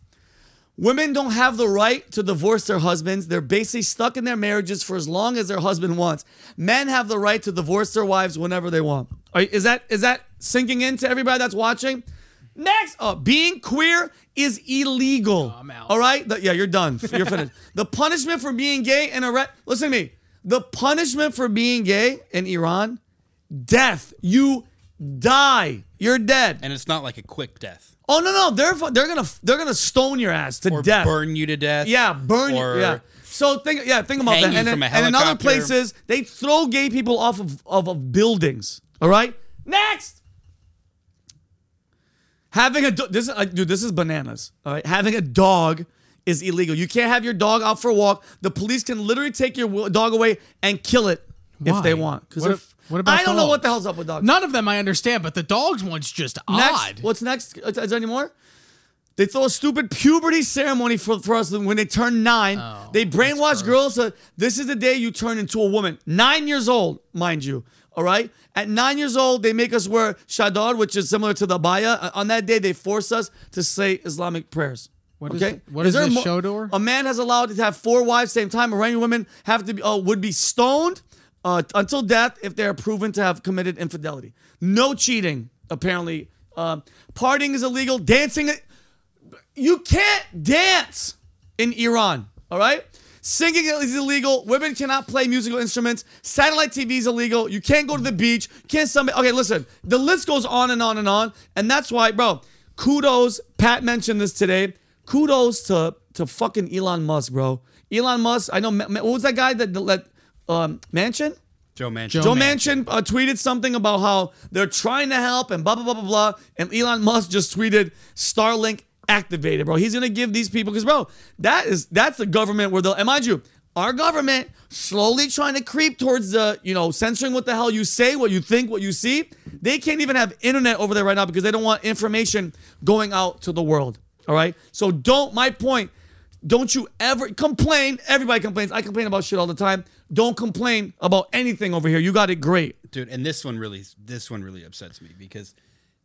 S1: Women don't have the right to divorce their husbands. They're basically stuck in their marriages for as long as their husband wants. Men have the right to divorce their wives whenever they want. All right, is that is that sinking into everybody that's watching? Next up, being queer is illegal.
S3: I'm out.
S1: All right? The- yeah, you're done. You're
S4: [laughs]
S1: finished. the punishment for being gay in Iran. Listen to me. The punishment for being gay in Iran, death. You die. You're dead.
S4: and it's not like a quick death
S1: Oh no no, they're fu- they're gonna they're gonna stone your ass to
S4: or
S1: death.
S4: burn you to death.
S1: Yeah, burn you.
S4: or
S1: Yeah. So think yeah think about
S4: hang
S1: that.
S4: you
S1: And, then,
S4: from a
S1: and in other
S4: helicopter.
S1: places they throw gay people off of, of of buildings. All right. Next. Having a do- this is, uh, dude this is bananas. All right. Having a dog is illegal. You can't have your dog out for a walk. The police can literally take your wo- dog away and kill it if
S3: Why?
S1: they want. 'Cause
S3: What
S1: if-
S3: if- what about
S1: I don't know what the
S3: dogs?
S1: hell's up with dogs.
S3: None of them I understand, but the dogs one's just
S1: Next,
S3: odd.
S1: What's next? Is is there any more? They throw a stupid puberty ceremony for, for us when they turn nine. they brainwash girls to this is the day you turn into a woman. Nine years old, mind you. All right. At nine years old, they make us wear shadar, which is similar to the baya. Uh, On that day, they force us to say Islamic prayers.
S3: What is-
S1: okay?
S3: what is this shador?
S1: A man has allowed to have four wives same time. Iranian women have to be uh, would be stoned uh, until death if they are proven to have committed infidelity. No cheating, apparently. Um partying is illegal. Dancing, you can't dance in Iran. All right. Singing is illegal. Women cannot play musical instruments. Satellite TV is illegal. You can't go to the beach. Can't somebody? Okay, listen. The list goes on and on and on, and that's why, bro. Kudos. Pat mentioned this today. Kudos to to fucking Elon Musk, bro. Elon Musk. I know. Ma- Ma- What was that guy that that let um, Mansion?
S4: Joe Manchin.
S1: Joe Manchin uh, tweeted something about how they're trying to help and blah blah blah blah blah. And Elon Musk just tweeted Starlink activated, bro. He's gonna give these people because bro, that is that's the government where they'll and mind you, our government slowly trying to creep towards the you know censoring what the hell you say, what you think, what you see. They can't even have internet over there right now because they don't want information going out to the world. All right, so don't. My point. Don't you ever complain. Everybody complains. I complain about shit all the time. Don't complain about anything over here. You got it great.
S4: dude and this one really this one really upsets me because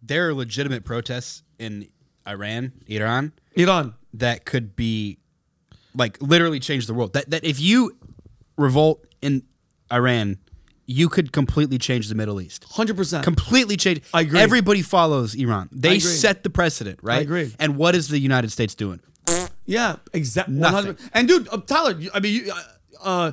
S4: there are legitimate protests in iran iran
S1: Iran.
S4: that could be like literally change the world that, that if you revolt in iran you could completely change the middle east
S1: 100%.
S4: completely change
S1: I agree.
S4: everybody follows iran they
S1: agree.
S4: set the precedent right
S1: agree.
S4: and what is the united states doing
S1: yeah, exactly.
S4: Nothing.
S1: And dude, uh, Tyler, you- I mean, you, uh, uh,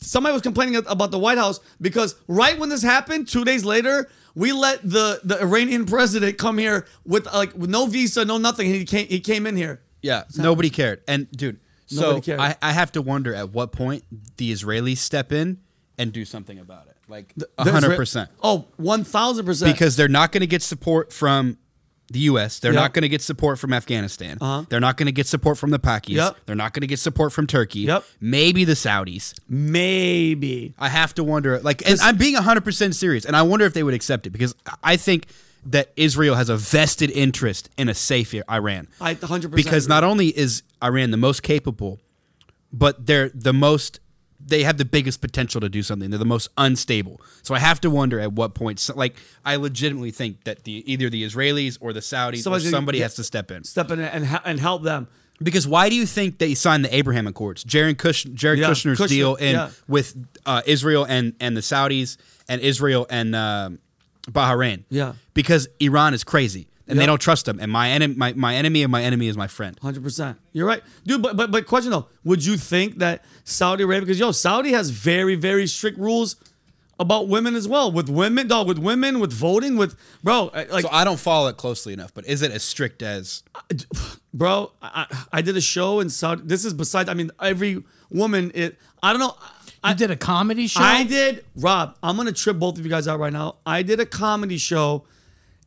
S1: somebody was complaining about the White House because right when this happened, two days later, we let the, the Iranian president come here with uh, like with no visa, no nothing. He came he came in here.
S4: Yeah, nobody cared. And dude, so
S1: Nobody cared.
S4: I, I have to wonder at what point the Israelis step in and do something about it. Like
S1: The Isra-
S4: hundred percent,
S1: Oh, 1000%.
S4: because they're not going to get support from the U.S. They're
S1: Yeah.
S4: not going to get support from Afghanistan. They're not going to get support from the Pakis.
S1: Uh-huh. Yep.
S4: They're not going to get support from Turkey.
S1: Yep.
S4: Maybe the Saudis.
S1: maybe.
S4: I have to wonder. Like, and I'm being 100 percent serious, and I wonder if they would accept it because I think that Israel has a vested interest in a safe Iran.
S1: I 100%
S4: because
S1: agree.
S4: not only is Iran the most capable, but they're the most they have the biggest potential to do something. They're the most unstable. So I have to wonder at what point. So like I legitimately think that the either the Israelis or the Saudis
S1: Somebody's
S4: or
S1: gonna
S4: somebody
S1: get-
S4: has to step in.
S1: step in and he- and help them.
S4: Because why do you think they signed the Abraham Accords, Jared, Kush, Jared
S1: Yeah,
S4: Kushner's
S1: Kushner,
S4: deal in
S1: yeah.
S4: with uh, Israel and and the Saudis and Israel and um, Bahrain?
S1: Yeah.
S4: because Iran is crazy and
S1: Yeah.
S4: they don't trust them. And my enemy, my, my enemy, and my enemy is my friend.
S1: Hundred percent. You're right, dude. But but but question though, would you think that Saudi Arabia? Because yo, Saudi has very very strict rules about women as well. With women, dog. With women, with voting, with bro. I- Like
S4: So I don't follow it closely enough, but is it as strict as
S1: bro, I, I I did a show in Saudi. This is besides. I mean, every woman. It. I don't know.
S3: I did a comedy show.
S1: I did, Rob. I'm gonna trip both of you guys out right now. I did a comedy show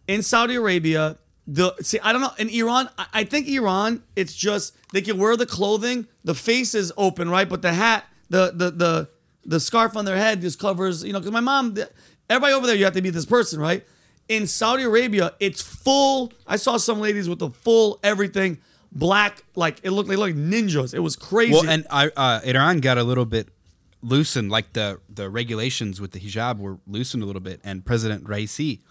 S1: in Saudi Arabia. The see, I don't know. In Iran, I, I think Iran, it's just they can wear the clothing. The face is open, right? But the hat, the the the the scarf on their head just covers. You know, because my mom, the- everybody over there, you have to be this person, right? In Saudi Arabia, it's full. I saw some ladies with the full everything black, like it looked like, like ninjas. It was crazy.
S4: well? And I, uh, Iran got a little bit loosened, like the the regulations with the hijab were loosened a little bit, and President Raisi,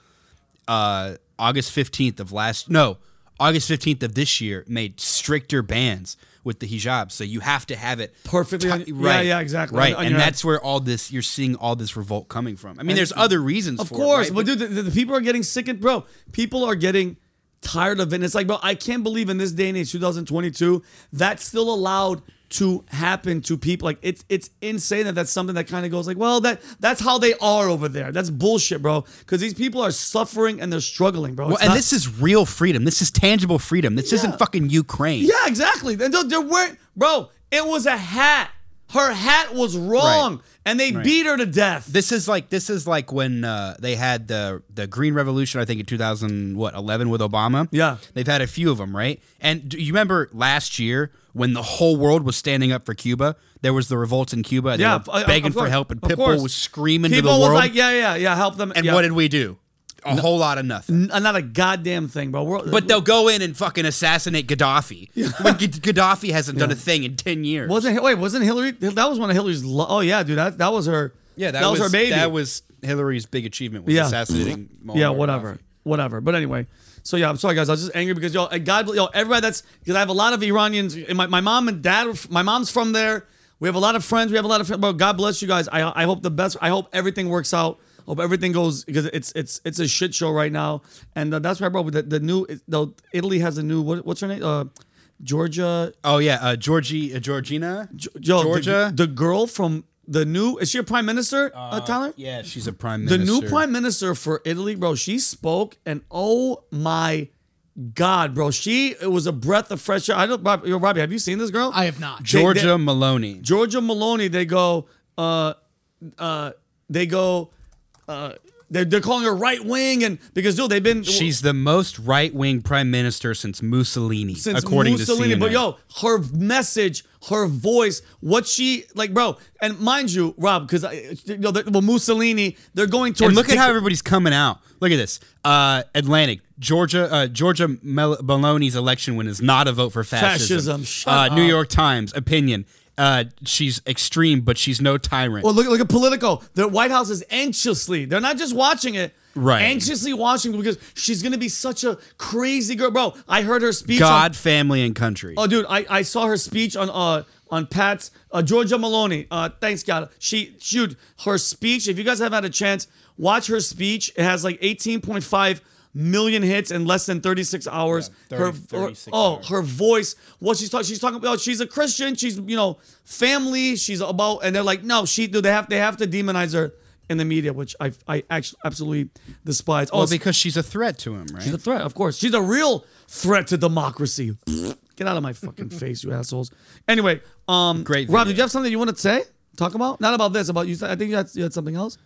S4: uh, August fifteenth of last no August 15th of this year made stricter bans with the hijab. So you have to have it
S1: Perfectly on-
S4: ti-
S1: yeah, yeah, exactly.
S4: Right.
S1: On
S4: and
S1: your-
S4: that's where all this, you're seeing all this revolt coming from. I mean, there's other reasons
S1: Of
S4: for
S1: course,
S4: it.
S1: but dude, the, the- the people are getting sick and bro, people are getting tired of it. And it's like, bro, I can't believe in this day and age, 2022, that's still allowed to happen to people. Like it's it's insane that that's something that kind of goes like, well, that that's how they are over there. That's bullshit, bro. Because these people are suffering and they're struggling, bro.
S4: Well,
S1: It's
S4: and
S1: not-
S4: this is real freedom. This is tangible freedom. This isn't fucking Ukraine.
S1: yeah, exactly. And they're, they're wearing, bro. It was a hat. Her hat was wrong, and they beat her to death.
S4: This is like this is like when uh, they had the the Green Revolution, I think in 2000 what 11 with Obama.
S1: Yeah.
S4: they've had a few of them, right? And do you remember last year when the whole world was standing up for Cuba? There was the revolts in Cuba. And
S1: yeah,
S4: they were
S1: of- of
S4: begging for
S1: course.
S4: help, and
S1: Of
S4: Pitbull
S1: course.
S4: was screaming
S1: People
S4: to the world.
S1: was like, yeah, yeah, yeah, help them.
S4: and
S1: yeah.
S4: what did we do? A whole lot of nothing.
S1: N- not a goddamn thing, bro. We're,
S4: But they'll go in and fucking assassinate
S1: [laughs]
S4: Gaddafi when G- Gaddafi hasn't done a thing in 10 years.
S1: wasn't wait wasn't Hillary? That was one of Hillary's. Lo- oh yeah, dude, that that was her.
S4: Yeah, that,
S1: was, her baby.
S4: That was Hillary's big achievement was
S1: Yeah.
S4: assassinating. Muammar
S1: yeah,
S4: Gaddafi.
S1: whatever, whatever. But anyway, so yeah, I'm sorry guys. I was just angry because yo, and God, yo, everybody that's because I have a lot of Iranians. and My, my mom and dad, were f- my mom's from there. We have a lot of friends. We have a lot of friends. Bro, God bless you guys. I I hope the best. I hope everything works out. Hope everything goes because it's it's it's a shit show right now. And uh, that's why, bro. The, the new though Italy has a new what, what's her name? Uh, Georgia.
S4: Oh yeah, uh, Georgie, uh, Georgina,
S1: Yo, the-
S4: Georgia.
S1: The, girl from the new is she a prime minister? Uh, Tyler.
S4: yeah, she's a prime
S1: The
S4: minister.
S1: new prime minister for Italy, bro, she spoke and oh my god, bro. She it was a breath of fresh air. I don't Rob- yo, Robbie, have you seen this girl?
S3: I have not.
S4: Georgia
S1: they-
S4: Maloney.
S1: Georgia Maloney, they go, uh, uh, they go, uh, they're, they're calling her right wing and because dude, they've been
S4: She's the most right wing prime minister since Mussolini,
S1: since
S4: according
S1: Mussolini.
S4: to CNN.
S1: But yo, her message, her voice, what she like, bro. And mind you, Rob, because you know, they're- well, Mussolini, they're going towards.
S4: and look at
S1: dic-
S4: how everybody's coming out. Look at this. Uh, Atlantic, Georgia, uh, Georgia Mel- Maloney's election win is not a vote for fascism.
S1: Fascism, shut
S4: uh, New York Times opinion. Uh, she's extreme, but she's no tyrant.
S1: Well, look, look at Politico. The White House is anxiously, they're not just watching it.
S4: Right.
S1: Anxiously watching because she's going to be such a crazy girl. Bro, I heard her speech.
S4: God, family, and country.
S1: On, oh, dude, I, I saw her speech on uh on Pat's uh, Georgia Maloney. Uh, thanks, God. She, dude, her speech, if you guys haven't had a chance, watch her speech. It has like 18.5 million hits in less than 36 hours. her,
S4: 36
S1: oh, her voice, what she's talking, she's talking about, she's a Christian, she's, you know, family, she's about, and they're like, no, she, dude, they have, they have to demonize her in the media, which I, I actually absolutely despise. Oh,
S4: well,
S1: it's-
S4: because she's a threat to him, right?
S1: She's a threat, of course. She's a real threat to democracy. Get out of my fucking face, you assholes. Anyway, um,
S4: Great
S1: Rob,
S4: video.
S1: did you have something you want to say? Talk about? Not about this. About you? I think you had, you had something else.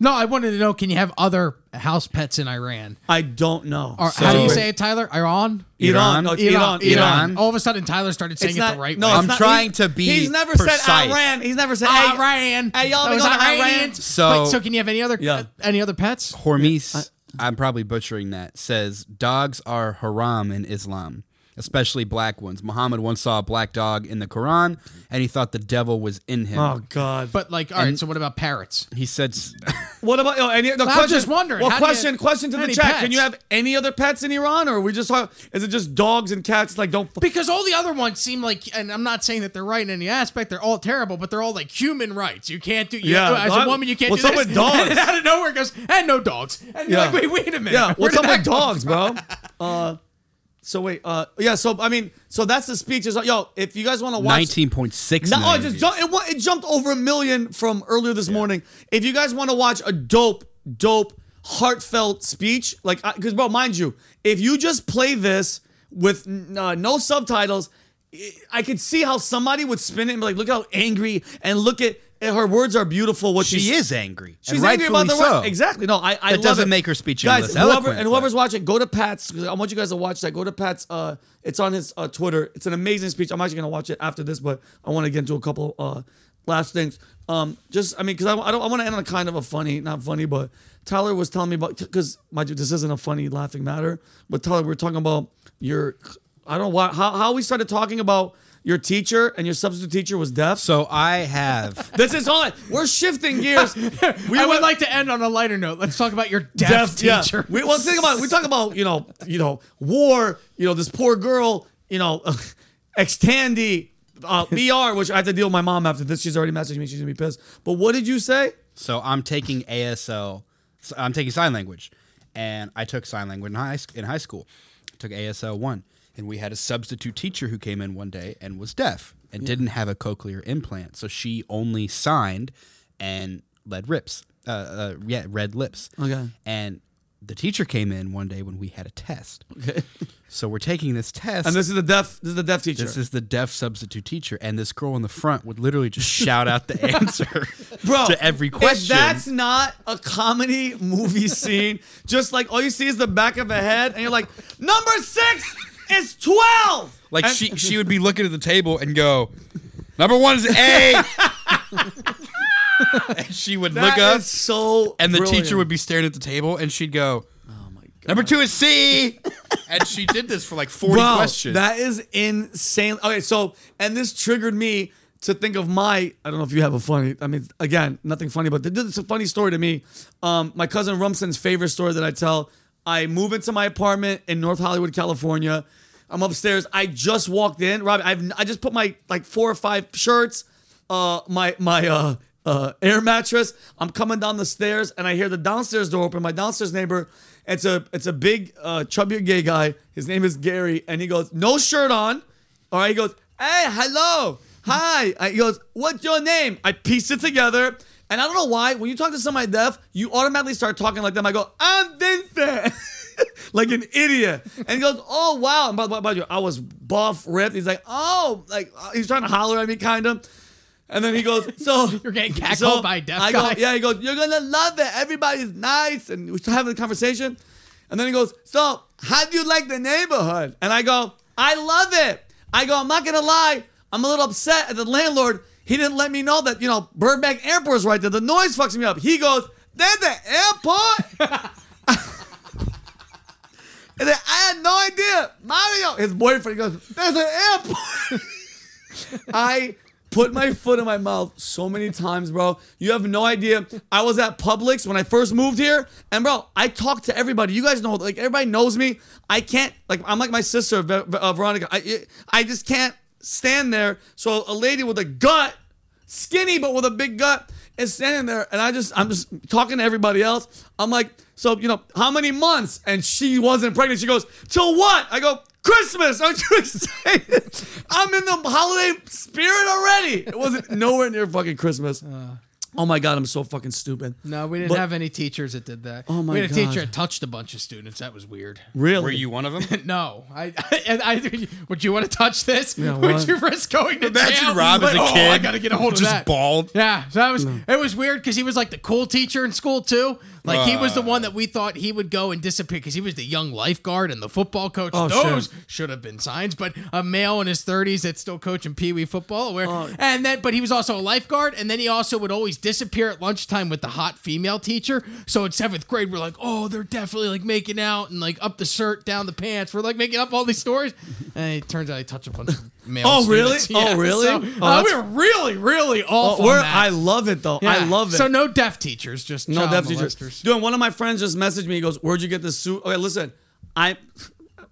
S3: No, I wanted to know can you have other house pets in Iran?
S1: I don't know.
S3: Or how do you
S4: So-
S3: say it, Tyler? Iran?
S1: Iran?
S4: Iran?
S1: No, it's Iran. Iran.
S4: Iran.
S3: All of a sudden, Tyler started saying
S1: It's
S3: it
S1: not
S3: the right
S1: no,
S3: way.
S1: it's
S4: I'm
S1: not-
S4: trying to be
S1: He's never said
S4: precise.
S1: Iran. He's never said
S3: Ah,
S1: hey,
S3: Iran.
S1: Hey, y'all, we
S3: Those
S1: going to Iran.
S3: Iranians.
S4: So-
S3: Wait, so can you have any other
S1: Yeah.
S3: uh, any other pets?
S4: Hormis, I'm probably butchering that, says dogs are haram in Islam, especially black ones. Muhammad once saw a black dog in the Quran and he thought the devil was in him.
S1: Oh God! But
S3: But like, all right. so what about parrots?
S4: He said, s-
S1: what about? Oh, any, the
S3: I'm
S1: question,
S3: just wondering,
S1: Well,
S3: how do you-
S1: question, question to
S3: how
S1: the
S3: many
S1: chat. Can
S3: pets?
S1: you have any other pets in Iran, or are we just talk? Is it just dogs and cats? Like don't. F-
S3: Because all the other ones seem like, and I'm not saying that they're right in any aspect. They're all terrible, but they're all like human rights. You can't do. You,
S1: Yeah,
S3: as
S1: I-
S3: a woman, you can't
S1: what's
S3: do
S1: up
S3: this.
S1: with dogs?
S3: [laughs] And then out of nowhere it goes, and no dogs. And you're
S1: Yeah.
S3: like, wait, wait a minute.
S1: Yeah,
S3: Where
S1: what's
S3: did
S1: up
S3: that
S1: with
S3: come from?
S1: dogs, bro? [laughs] Uh, so wait, uh, yeah. So I mean, so that's the speeches. Yo, if you guys want to [laughs] watch,
S4: 19.6
S1: No, oh, it
S4: million
S1: just
S4: views.
S1: jumped, it, wa- it jumped over a million from earlier this morning. If you guys want to watch a dope, dope, heartfelt speech, like, because bro, mind you, if you just play this with n- uh, no subtitles, I- I could see how somebody would spin it and be like, "Look how angry!" and look at and her words are beautiful. What
S4: She
S1: she's-
S4: is angry.
S1: She's
S4: and
S1: angry about the
S4: rightfully
S1: right.
S4: so.
S1: Exactly. No, I. I
S4: That
S1: love
S4: doesn't
S1: it.
S4: make her speech any
S1: guys.
S4: less
S1: whoever
S4: eloquent,
S1: and whoever's
S4: but-
S1: watching, go to Pat's. 'cause I want you guys to watch that. Go to Pat's. Uh, it's on his uh, Twitter. It's an amazing speech. I'm actually gonna watch it after this, but I want to get into a couple uh last things. Um, just I mean, because I, I don't I want to end on kind of a funny, not funny, but Tyler was telling me about because my dude, this isn't a funny laughing matter, but Tyler, we are talking about your. I don't know why how how we started talking about your teacher and your substitute teacher was deaf.
S4: So I have
S1: this is all. We're shifting
S4: [laughs]
S1: gears. We
S3: I
S1: went-
S3: would like to end on a lighter note. Let's talk about your deaf,
S1: deaf
S3: teacher.
S1: Yeah. We, well, think about it. we talk about you know you know war. You know this poor girl. You know, [laughs] extandy.
S4: [laughs]
S1: Uh, BR, which I have to deal with my mom after this. She's already messaged me. She's gonna be pissed. But what did you say?
S4: So I'm taking ASL. so I'm taking sign language, and I took sign language in high in high school. I took ASL one, and we had a substitute teacher who came in one day and was deaf and didn't have a cochlear implant, so she only signed and led rips. Uh, uh, yeah, red lips.
S1: Okay.
S4: And the teacher came in one day when we had a test. Okay. [laughs] So we're taking this test.
S1: And this is the deaf. This is the deaf teacher.
S4: This is the deaf substitute teacher, and this girl in the front would
S1: [laughs]
S4: literally just shout out the answer
S1: Bro,
S4: to every
S1: if
S4: question.
S1: that's not a comedy
S4: [laughs]
S1: movie scene. Just like all you see is the back of a head, and you're like, number six is twelve.
S4: Like
S1: And-
S4: she she would be looking at the table and go, number one is A. [laughs] and she would
S1: That
S4: look up,
S1: is so.
S4: and the
S1: brilliant.
S4: teacher would be staring at the table, and she'd go, number two is C. and she did this for like forty
S1: Bro,
S4: questions.
S1: That is insane. Okay, so and this triggered me to think of my. I don't know if you have a funny. I mean, again, nothing funny, but this is a funny story to me. Um, my cousin Rumson's favorite story that I tell. I move into my apartment in North Hollywood, California. I'm upstairs. I just walked in, Rob. I've I just put my like four or five shirts, uh, my my uh. Uh, air mattress. I'm coming down the stairs and I hear the downstairs door open. My downstairs neighbor it's a it's a big uh, chubby gay guy. His name is Gary, and he goes no shirt on. All right, he goes, hey, hello, hi. I, he goes, what's your name? I pieced it together, and I don't know why. When you talk to somebody deaf, you automatically start talking like them. I go, I'm Vincent. [laughs] like an idiot, and he goes, "Oh wow!" And by, by, by the way, I was buff, ripped. He's like, "Oh, like uh, he's trying to holler at me, kind of." And then he goes, "So
S3: [laughs] You're getting cackled by a deaf
S1: I go,
S3: guy.
S1: yeah, he goes, "You're gonna love it. Everybody's nice," and we're having a conversation. And then he goes, "So, how do you like the neighborhood?" And I go, "I love it." I go, "I'm not gonna lie. I'm a little upset at the landlord. He didn't let me know that you know Burbank Airport is right there. The noise fucks me up." He goes, "There's the airport."
S3: [laughs]
S1: And then I had no idea. Mario, his boyfriend, he goes, "There's an airport." [laughs] I put my foot in my mouth so many times, bro. You have no idea. I was at Publix when I first moved here, and bro, I talk to everybody. You guys know, like everybody knows me. I can't, like, I'm like my sister, Ve- Ve- uh, Veronica. I, I just can't stand there. So a lady with a gut, skinny but with a big gut, is standing there, and I just, I'm just talking to everybody else. I'm like, so you know, how many months? And she wasn't pregnant. She goes, till what? I go. Christmas, [laughs] aren't you excited? I'm in the holiday spirit already. It wasn't nowhere near fucking Christmas. oh my god, I'm so fucking stupid.
S3: Uh. No, we didn't
S1: But- Oh
S3: have any teachers that did that.
S1: my
S3: we had
S1: God.
S3: a teacher that touched a bunch of students. That was weird.
S1: Really?
S4: Were you one of them?
S3: [laughs] No, I, I, I would you want to touch this?
S1: what?
S3: would you risk going to
S4: Imagine
S3: jail?
S4: Rob as a
S3: Like,
S4: kid.
S3: Oh, I gotta get a hold of
S4: just
S3: that.
S4: bald.
S3: Yeah, so that was it was weird because he was like the cool teacher in school too. Like he was the
S4: Ah.
S3: one that we thought he would go and disappear because he was the young lifeguard and the football coach.
S1: Oh, sure.
S3: Those should have been signs, but a male in his thirties that's still coaching pee wee football. Where
S1: Oh.
S3: and then, but he was also a lifeguard, and then he also would always disappear at lunchtime with the hot female teacher. So in seventh grade, we're like, oh, they're definitely like making out and like up the shirt, down the pants. We're like making up all these stories,
S1: [laughs]
S3: and it turns out he touched a bunch of male.
S1: Oh, really?
S3: students.
S1: Oh, really?
S3: so,
S1: Oh,
S3: uh,
S1: that's-
S3: we were really, really
S1: Oh,
S3: awful.
S1: we're-
S3: on that.
S1: I love it though. I
S3: Yeah.
S1: love it.
S3: So no deaf teachers, just
S1: no
S3: child
S1: deaf teachers.
S3: molesters.
S1: Dude, one of my friends just messaged me. He goes, "Where'd you get this suit?" Okay, listen, I,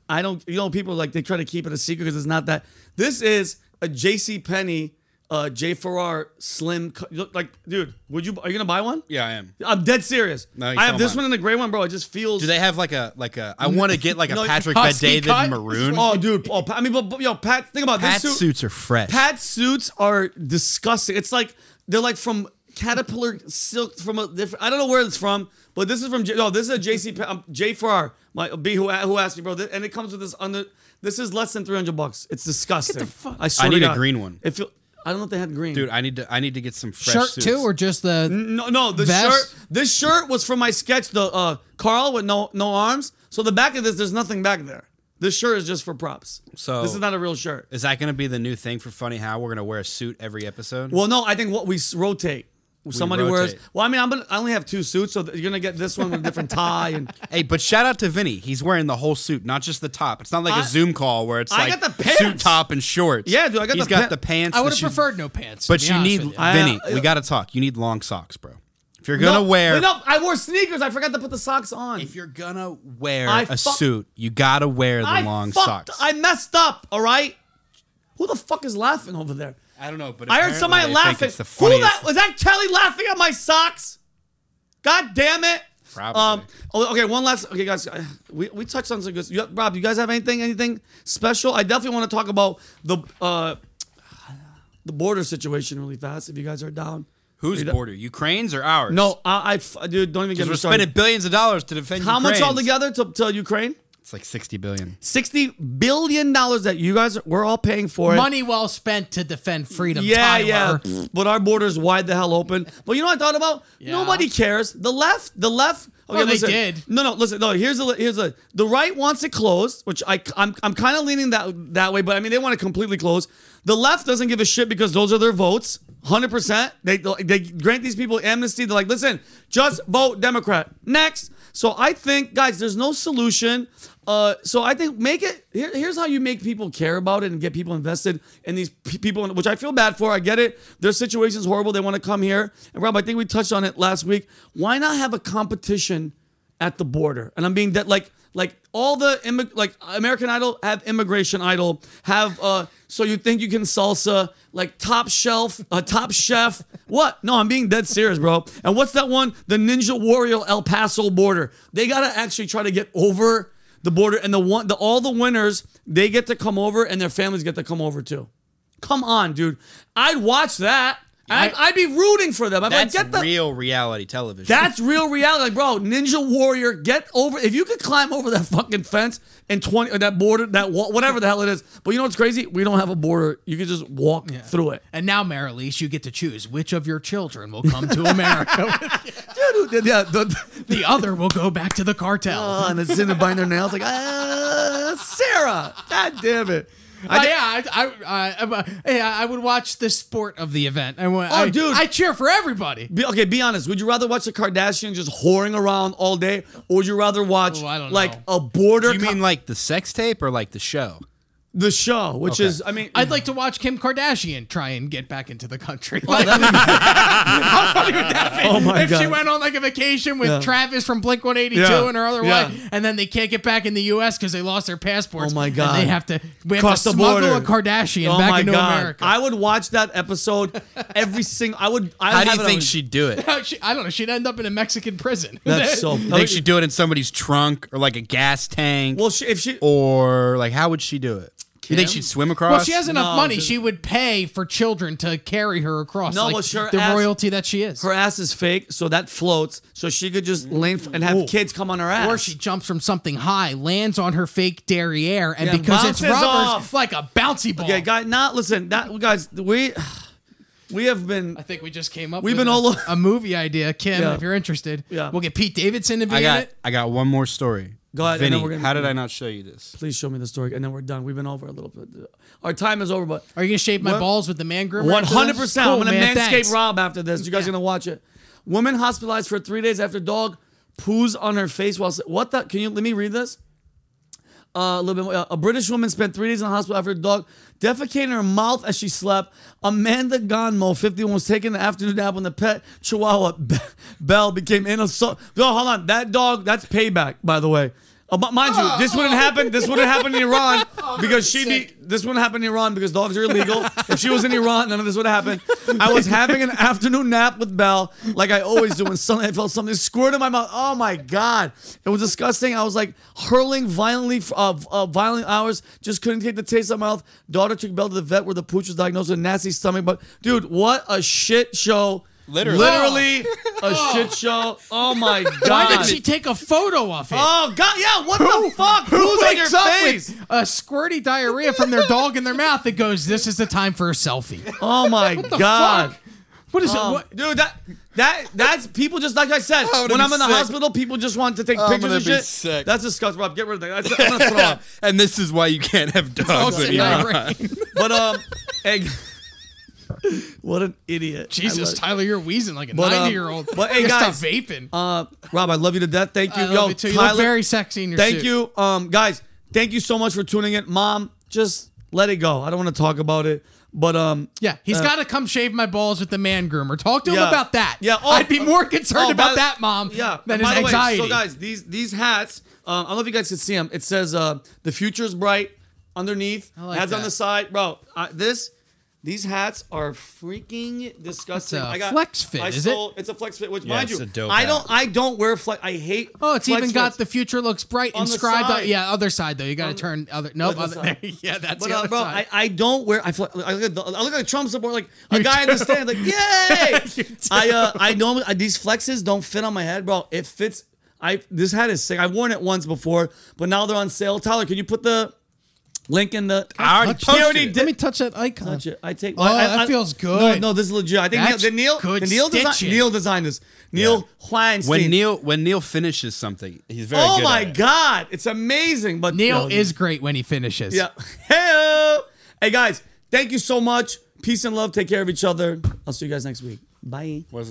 S1: I don't. You know, people like they try to keep it a secret because it's not that. This is a J.C. Penney, uh, J. Farrar slim. co- you look Like, dude, would you? Are you gonna buy one?
S4: Yeah, I am.
S1: I'm dead serious.
S4: No, you
S1: I have
S4: don't
S1: this
S4: mind.
S1: one and the gray one, bro. It just feels.
S4: [laughs] Do they have like a like a? I want to get [laughs] like a
S1: No,
S4: Patrick Bed
S3: husky
S4: David
S3: cut?
S4: maroon.
S1: Oh, dude. Oh, Pa- I mean, but, but yo, Pat. Think about
S4: Pat
S1: this suit.
S4: suits are fresh.
S1: Pat suits are disgusting. It's like they're like from caterpillar silk from a different. I don't know where it's from, but this is from. J- No, this is a JC Pa- um, J Farrar. My B who who asked me, bro. Th- and it comes with this under. This is less than three hundred bucks. It's disgusting.
S3: fuck-
S1: I, swear
S4: I
S1: to
S4: need a
S1: God.
S4: green one.
S1: It feel- I don't know if they had green.
S4: dude, I need to I need to get some fresh
S3: Shirt
S4: suits.
S3: too, or just the
S1: No, no, the
S3: Vest?
S1: shirt. This shirt was from my sketch, the uh, Carl with no no arms. So the back of this, there's nothing back there. This shirt is just for props.
S4: So-
S1: this is not a real shirt.
S4: Is that going to be the new thing for Funny How? We're going to wear a suit every episode?
S1: Well, no, I think what we s- rotate. Somebody wears.
S4: rotate.
S1: Well, I mean, I'm gonna, I only have two suits, so th- you're gonna get this one with a
S4: [laughs]
S1: different tie. And
S4: Hey, but shout out to Vinny. He's wearing the whole suit, not just the top. It's not like
S1: I-
S4: a Zoom call where it's
S1: I
S4: like
S1: got the pants.
S4: suit top and shorts.
S1: Yeah, dude, I got
S4: He's
S1: the
S4: got
S1: pa-
S4: the pants.
S3: I
S4: the
S3: would have
S4: shoe-
S3: preferred no pants. to
S4: But
S3: be
S4: you
S3: honest
S4: need
S3: with you.
S1: I-
S4: Vinny.
S1: uh,
S4: we gotta talk. You need long socks, bro. If you're gonna
S1: No,
S4: wear,
S1: Oh, wait, No, I wore sneakers. I forgot to put the socks on.
S4: if you're gonna wear
S1: I
S4: a
S1: fuck-
S4: suit, you gotta wear the
S1: I
S4: long
S1: fucked-
S4: socks.
S1: I messed up. All right. Who the fuck is laughing over there?
S4: I don't know, but
S1: I heard somebody laughing.
S4: It's the
S1: Who
S4: funniest.
S1: that was? That Kelly laughing at my socks? God damn it!
S4: Probably.
S1: oh, okay, one last. Okay, guys, I- we, we touched on some good. You, Rob, you guys have anything anything special? I definitely want to talk about the uh, the border situation really fast. If you guys are down.
S4: Whose border? Ukraine's or ours?
S1: uh, No, I, I f- dude, don't even get
S4: because
S1: me
S4: we're
S1: started.
S4: spending billions of dollars to defend.
S1: How much
S4: Ukraine's.
S1: altogether to, to Ukraine?
S4: It's like sixty billion.
S1: Sixty billion dollars that you guys are- we're all paying for it.
S3: money well spent to defend freedom.
S1: Yeah,
S3: Tyler.
S1: yeah. But our borders wide the hell open. But you know what I thought about?
S3: Yeah.
S1: Nobody cares. The left, the left. Okay,
S3: Well, they
S1: listen.
S3: did.
S1: No, no. Listen. No. Here's a. Here's a. The right wants it closed, which I I'm I'm kind of leaning that that way. But I mean, they want to completely close. The left doesn't give a shit because those are their votes. Hundred percent. They they grant these people amnesty. They're like, listen, just vote Democrat. Next. So I think, guys, there's no solution. Uh, so I think make it. Here, here's how you make people care about it and get people invested in these pe- people, which I feel bad for. I get it. Their situation's horrible. They want to come here. And Rob, I think we touched on it last week. Why not have a competition at the border? And I'm being that like like all the immig- like American Idol have immigration idol have uh so you think you can salsa like top shelf uh, top chef what no I'm being dead serious bro and what's that one the Ninja Warrior El Paso border they gotta actually try to get over the border and the one the all the winners they get to come over and their families get to come over too come on dude I'd watch that I'd, I'd be rooting for them I'd be like,
S4: That's
S1: get the
S4: real reality television.
S1: that's real reality, like, bro. Ninja warrior, get over. If you could climb over that fucking fence and twenty or that border, that wall, whatever the hell it is. But you know what's crazy? We don't have a border. You could just walk through it.
S3: And now, Marilise, you get to choose which of your children will come
S1: [laughs]
S3: to America.
S1: Yeah, the, [laughs]
S3: the other will go back to the cartel.
S1: uh, and it's in the binder nails. Like, ah, Sarah. God damn it. I
S3: Uh,
S1: did-
S3: yeah, I, I, I, I, yeah, I would watch the sport of the event. I, oh,
S1: Oh, dude.
S3: I cheer for everybody.
S1: Be, okay, be honest. Would you rather watch the Kardashians just whoring around all day, or would you rather watch
S3: Oh, I don't
S1: like
S3: know.
S1: a border?
S4: you
S1: co-
S4: mean like the sex tape or like the show?
S1: the show, which is, I mean,
S3: I'd like to watch Kim Kardashian try and get back into the country. Like, [laughs] how funny would that be?
S1: Oh, my
S3: if she
S1: God.
S3: went on like a vacation with Travis from Blink 182
S1: Yeah.
S3: and her other
S1: Yeah.
S3: wife, and then they can't get back in the U.S. because they lost their passports.
S1: Oh, my
S3: and
S1: God.
S3: they have to we have
S1: Cross
S3: to
S1: the
S3: smuggle
S1: border. Oh
S3: a Kardashian back into America.
S1: I would watch that episode every single. I would. I
S4: How
S1: would have
S4: do you
S1: it on-
S4: think she'd
S1: [laughs]
S4: do it?
S3: [laughs] She- I don't know. She'd end up in a Mexican prison.
S1: That's
S3: [laughs]
S1: so.
S4: You think she'd do it in somebody's trunk or like a gas tank?
S1: Well, she, if she.
S4: or like how would she do it? You think she'd swim across?
S3: Well, she has enough
S1: No,
S3: money.
S1: dude.
S3: She would pay for children to carry her across.
S1: No,
S3: like,
S1: well, sure,
S3: the
S1: as-
S3: royalty that she is.
S1: Her ass is fake, so that floats. So she could just lean f- and have kids come on her ass.
S3: or she jumps from something high, lands on her fake derriere, and
S1: Yeah,
S3: because it's
S1: bounces
S3: rubbers,
S1: off.
S3: like a bouncy ball.
S1: Okay, guys. Not listen. That guys. We [sighs] we have been.
S3: I think we just came up.
S1: We've
S3: with
S1: been
S3: a,
S1: all o-
S3: a movie idea, Kim.
S1: Yeah.
S3: If you're interested,
S1: Yeah.
S3: we'll get Pete Davidson to be
S4: I
S3: in
S4: got
S3: it.
S4: I got one more story.
S1: Go ahead, and
S4: Vinny,
S1: then we're gonna-
S4: how did I not show
S1: [laughs]
S4: you this?
S1: Please show me the story, and then we're done. We've been over a little bit. Our time is over, but
S3: Are you gonna shave my
S1: What-
S3: balls with the man groomer?
S1: One
S3: after this?
S1: hundred percent. I'm
S3: Cool,
S1: gonna
S3: man,
S1: manscape
S3: thanks.
S1: Rob after this. You guys gonna watch it. Woman hospitalized for three days after dog poos on her face while what the? Can you let me read this? Uh, a little bit more. Uh, A British woman spent three days in the hospital after her dog defecated in her mouth as she slept. Amanda Gonmo, 51, was taking the afternoon nap when the pet chihuahua [laughs] Be- Belle became in a so. No, hold on. That dog, that's payback, by the way. Uh, mi- mind you, this wouldn't happen. This wouldn't happen in
S3: [laughs]
S1: Iran
S3: Oh,
S1: because she'd be. This wouldn't happen in Iran because dogs are illegal. if she was in Iran, none of this would have happened. I was having an afternoon nap with Belle, like I always do, and suddenly I felt something squirt in my mouth. Oh my god, it was disgusting. I was like hurling violently, f- uh, uh, violent hours. Just couldn't take the taste out of my mouth. Daughter took Belle to the vet where the pooch was diagnosed with a nasty stomach. But dude, what a shit show!
S4: Literally.
S1: literally a shit show. Oh my god.
S3: Why did she take a photo of it?
S1: Oh god, yeah. What the fuck? Who's on your
S3: wakes up
S1: face?
S3: with a squirty diarrhea from their dog in their mouth that goes, "This is the time for a selfie."
S1: Oh
S3: [laughs]
S1: my
S3: the
S1: god.
S3: fuck? What is
S1: Um,
S3: it? What?
S1: dude, that that that's people just like I said. when
S4: I'm gonna be
S1: I'm in the
S4: sick.
S1: hospital, people just want to take
S4: I'm
S1: pictures
S4: gonna
S1: and
S4: be
S1: shit.
S4: sick.
S1: That's disgusting, Rob. Get rid of that. That's, I'm gonna throw
S4: [laughs]
S3: [laughs]
S1: up.
S4: and this is why you can't have dogs
S3: Dogs
S4: in
S3: and
S4: Iran.
S3: diarrhea.
S1: But um, egg. What an idiot.
S3: Jesus,
S1: I love-
S3: Tyler, you're wheezing like a
S1: But, um,
S3: 90 year old.
S1: but, hey, guys,
S3: stop vaping.
S1: Uh, Rob, I love you to death. Thank you.
S3: I love
S1: Yo,
S3: you too. You look
S1: Tyler,
S3: very sexy in your
S1: Thank
S3: suit.
S1: you. Um, guys, thank you so much for tuning in. Mom, just let it go. I don't want to talk about it. But um,
S3: yeah, he's got to come shave my balls with the man groomer. Talk to
S1: Yeah.
S3: him about that.
S1: Yeah, oh,
S3: I'd be more
S1: oh,
S3: concerned
S1: by
S3: about
S1: the-
S3: that, mom,
S1: Yeah. and
S3: than his
S1: by the way,
S3: anxiety.
S1: so guys, these these hats. Um, I don't know if you guys can see them. It says uh, "The Future's Bright" underneath.
S3: I like
S1: hats on
S3: that.
S1: the side, bro. I this. These hats are freaking disgusting.
S3: It's a
S1: I got
S3: flex fit,
S1: I
S3: is
S1: stole- It's a flex fit, which mind
S6: it's
S1: you,
S6: a dope
S1: I
S6: hat.
S1: don't. I don't wear flex. I hate.
S3: oh, it's
S1: flex
S3: even got
S1: fits.
S3: the future looks bright
S1: On the
S3: inscribed. on-
S1: side.
S3: yeah, other side though. You got to turn other. Nope,
S1: other
S3: other, [laughs]
S1: side.
S3: there- yeah, that's
S1: But
S3: the
S1: uh,
S3: other
S1: bro, I,
S3: side.
S1: I don't wear. I, feel- I look, like, I look like a Trump supporter, like a guy in the stands, like
S3: [laughs]
S1: yay! I uh, I normally I, these flexes don't fit on my head, bro. It fits. I this hat is sick. I've worn it once before, but now they're on sale. Tyler, can you put the link in the? I
S4: already
S1: he
S4: posted
S1: already
S4: it.
S1: did.
S3: Let me touch that icon.
S1: I take.
S3: Ah. Oh,
S1: I, I-
S3: that
S1: I-
S3: feels
S1: No,
S3: good.
S1: no, this is legit. I think Neil,
S3: That's
S1: the Neil,
S3: good
S1: the Neil, design,
S3: stitching.
S1: Neil designed this. Neil Weinstein.
S4: When Neil when Neil finishes something, he's very
S1: oh
S4: good
S1: my
S4: at it.
S1: God, it's amazing. But
S3: Neil
S1: no,
S3: is great when he finishes.
S1: yeah. Hey, hey guys, thank you so much. Peace and love. Take care of each other. I'll see you guys next week. Bye.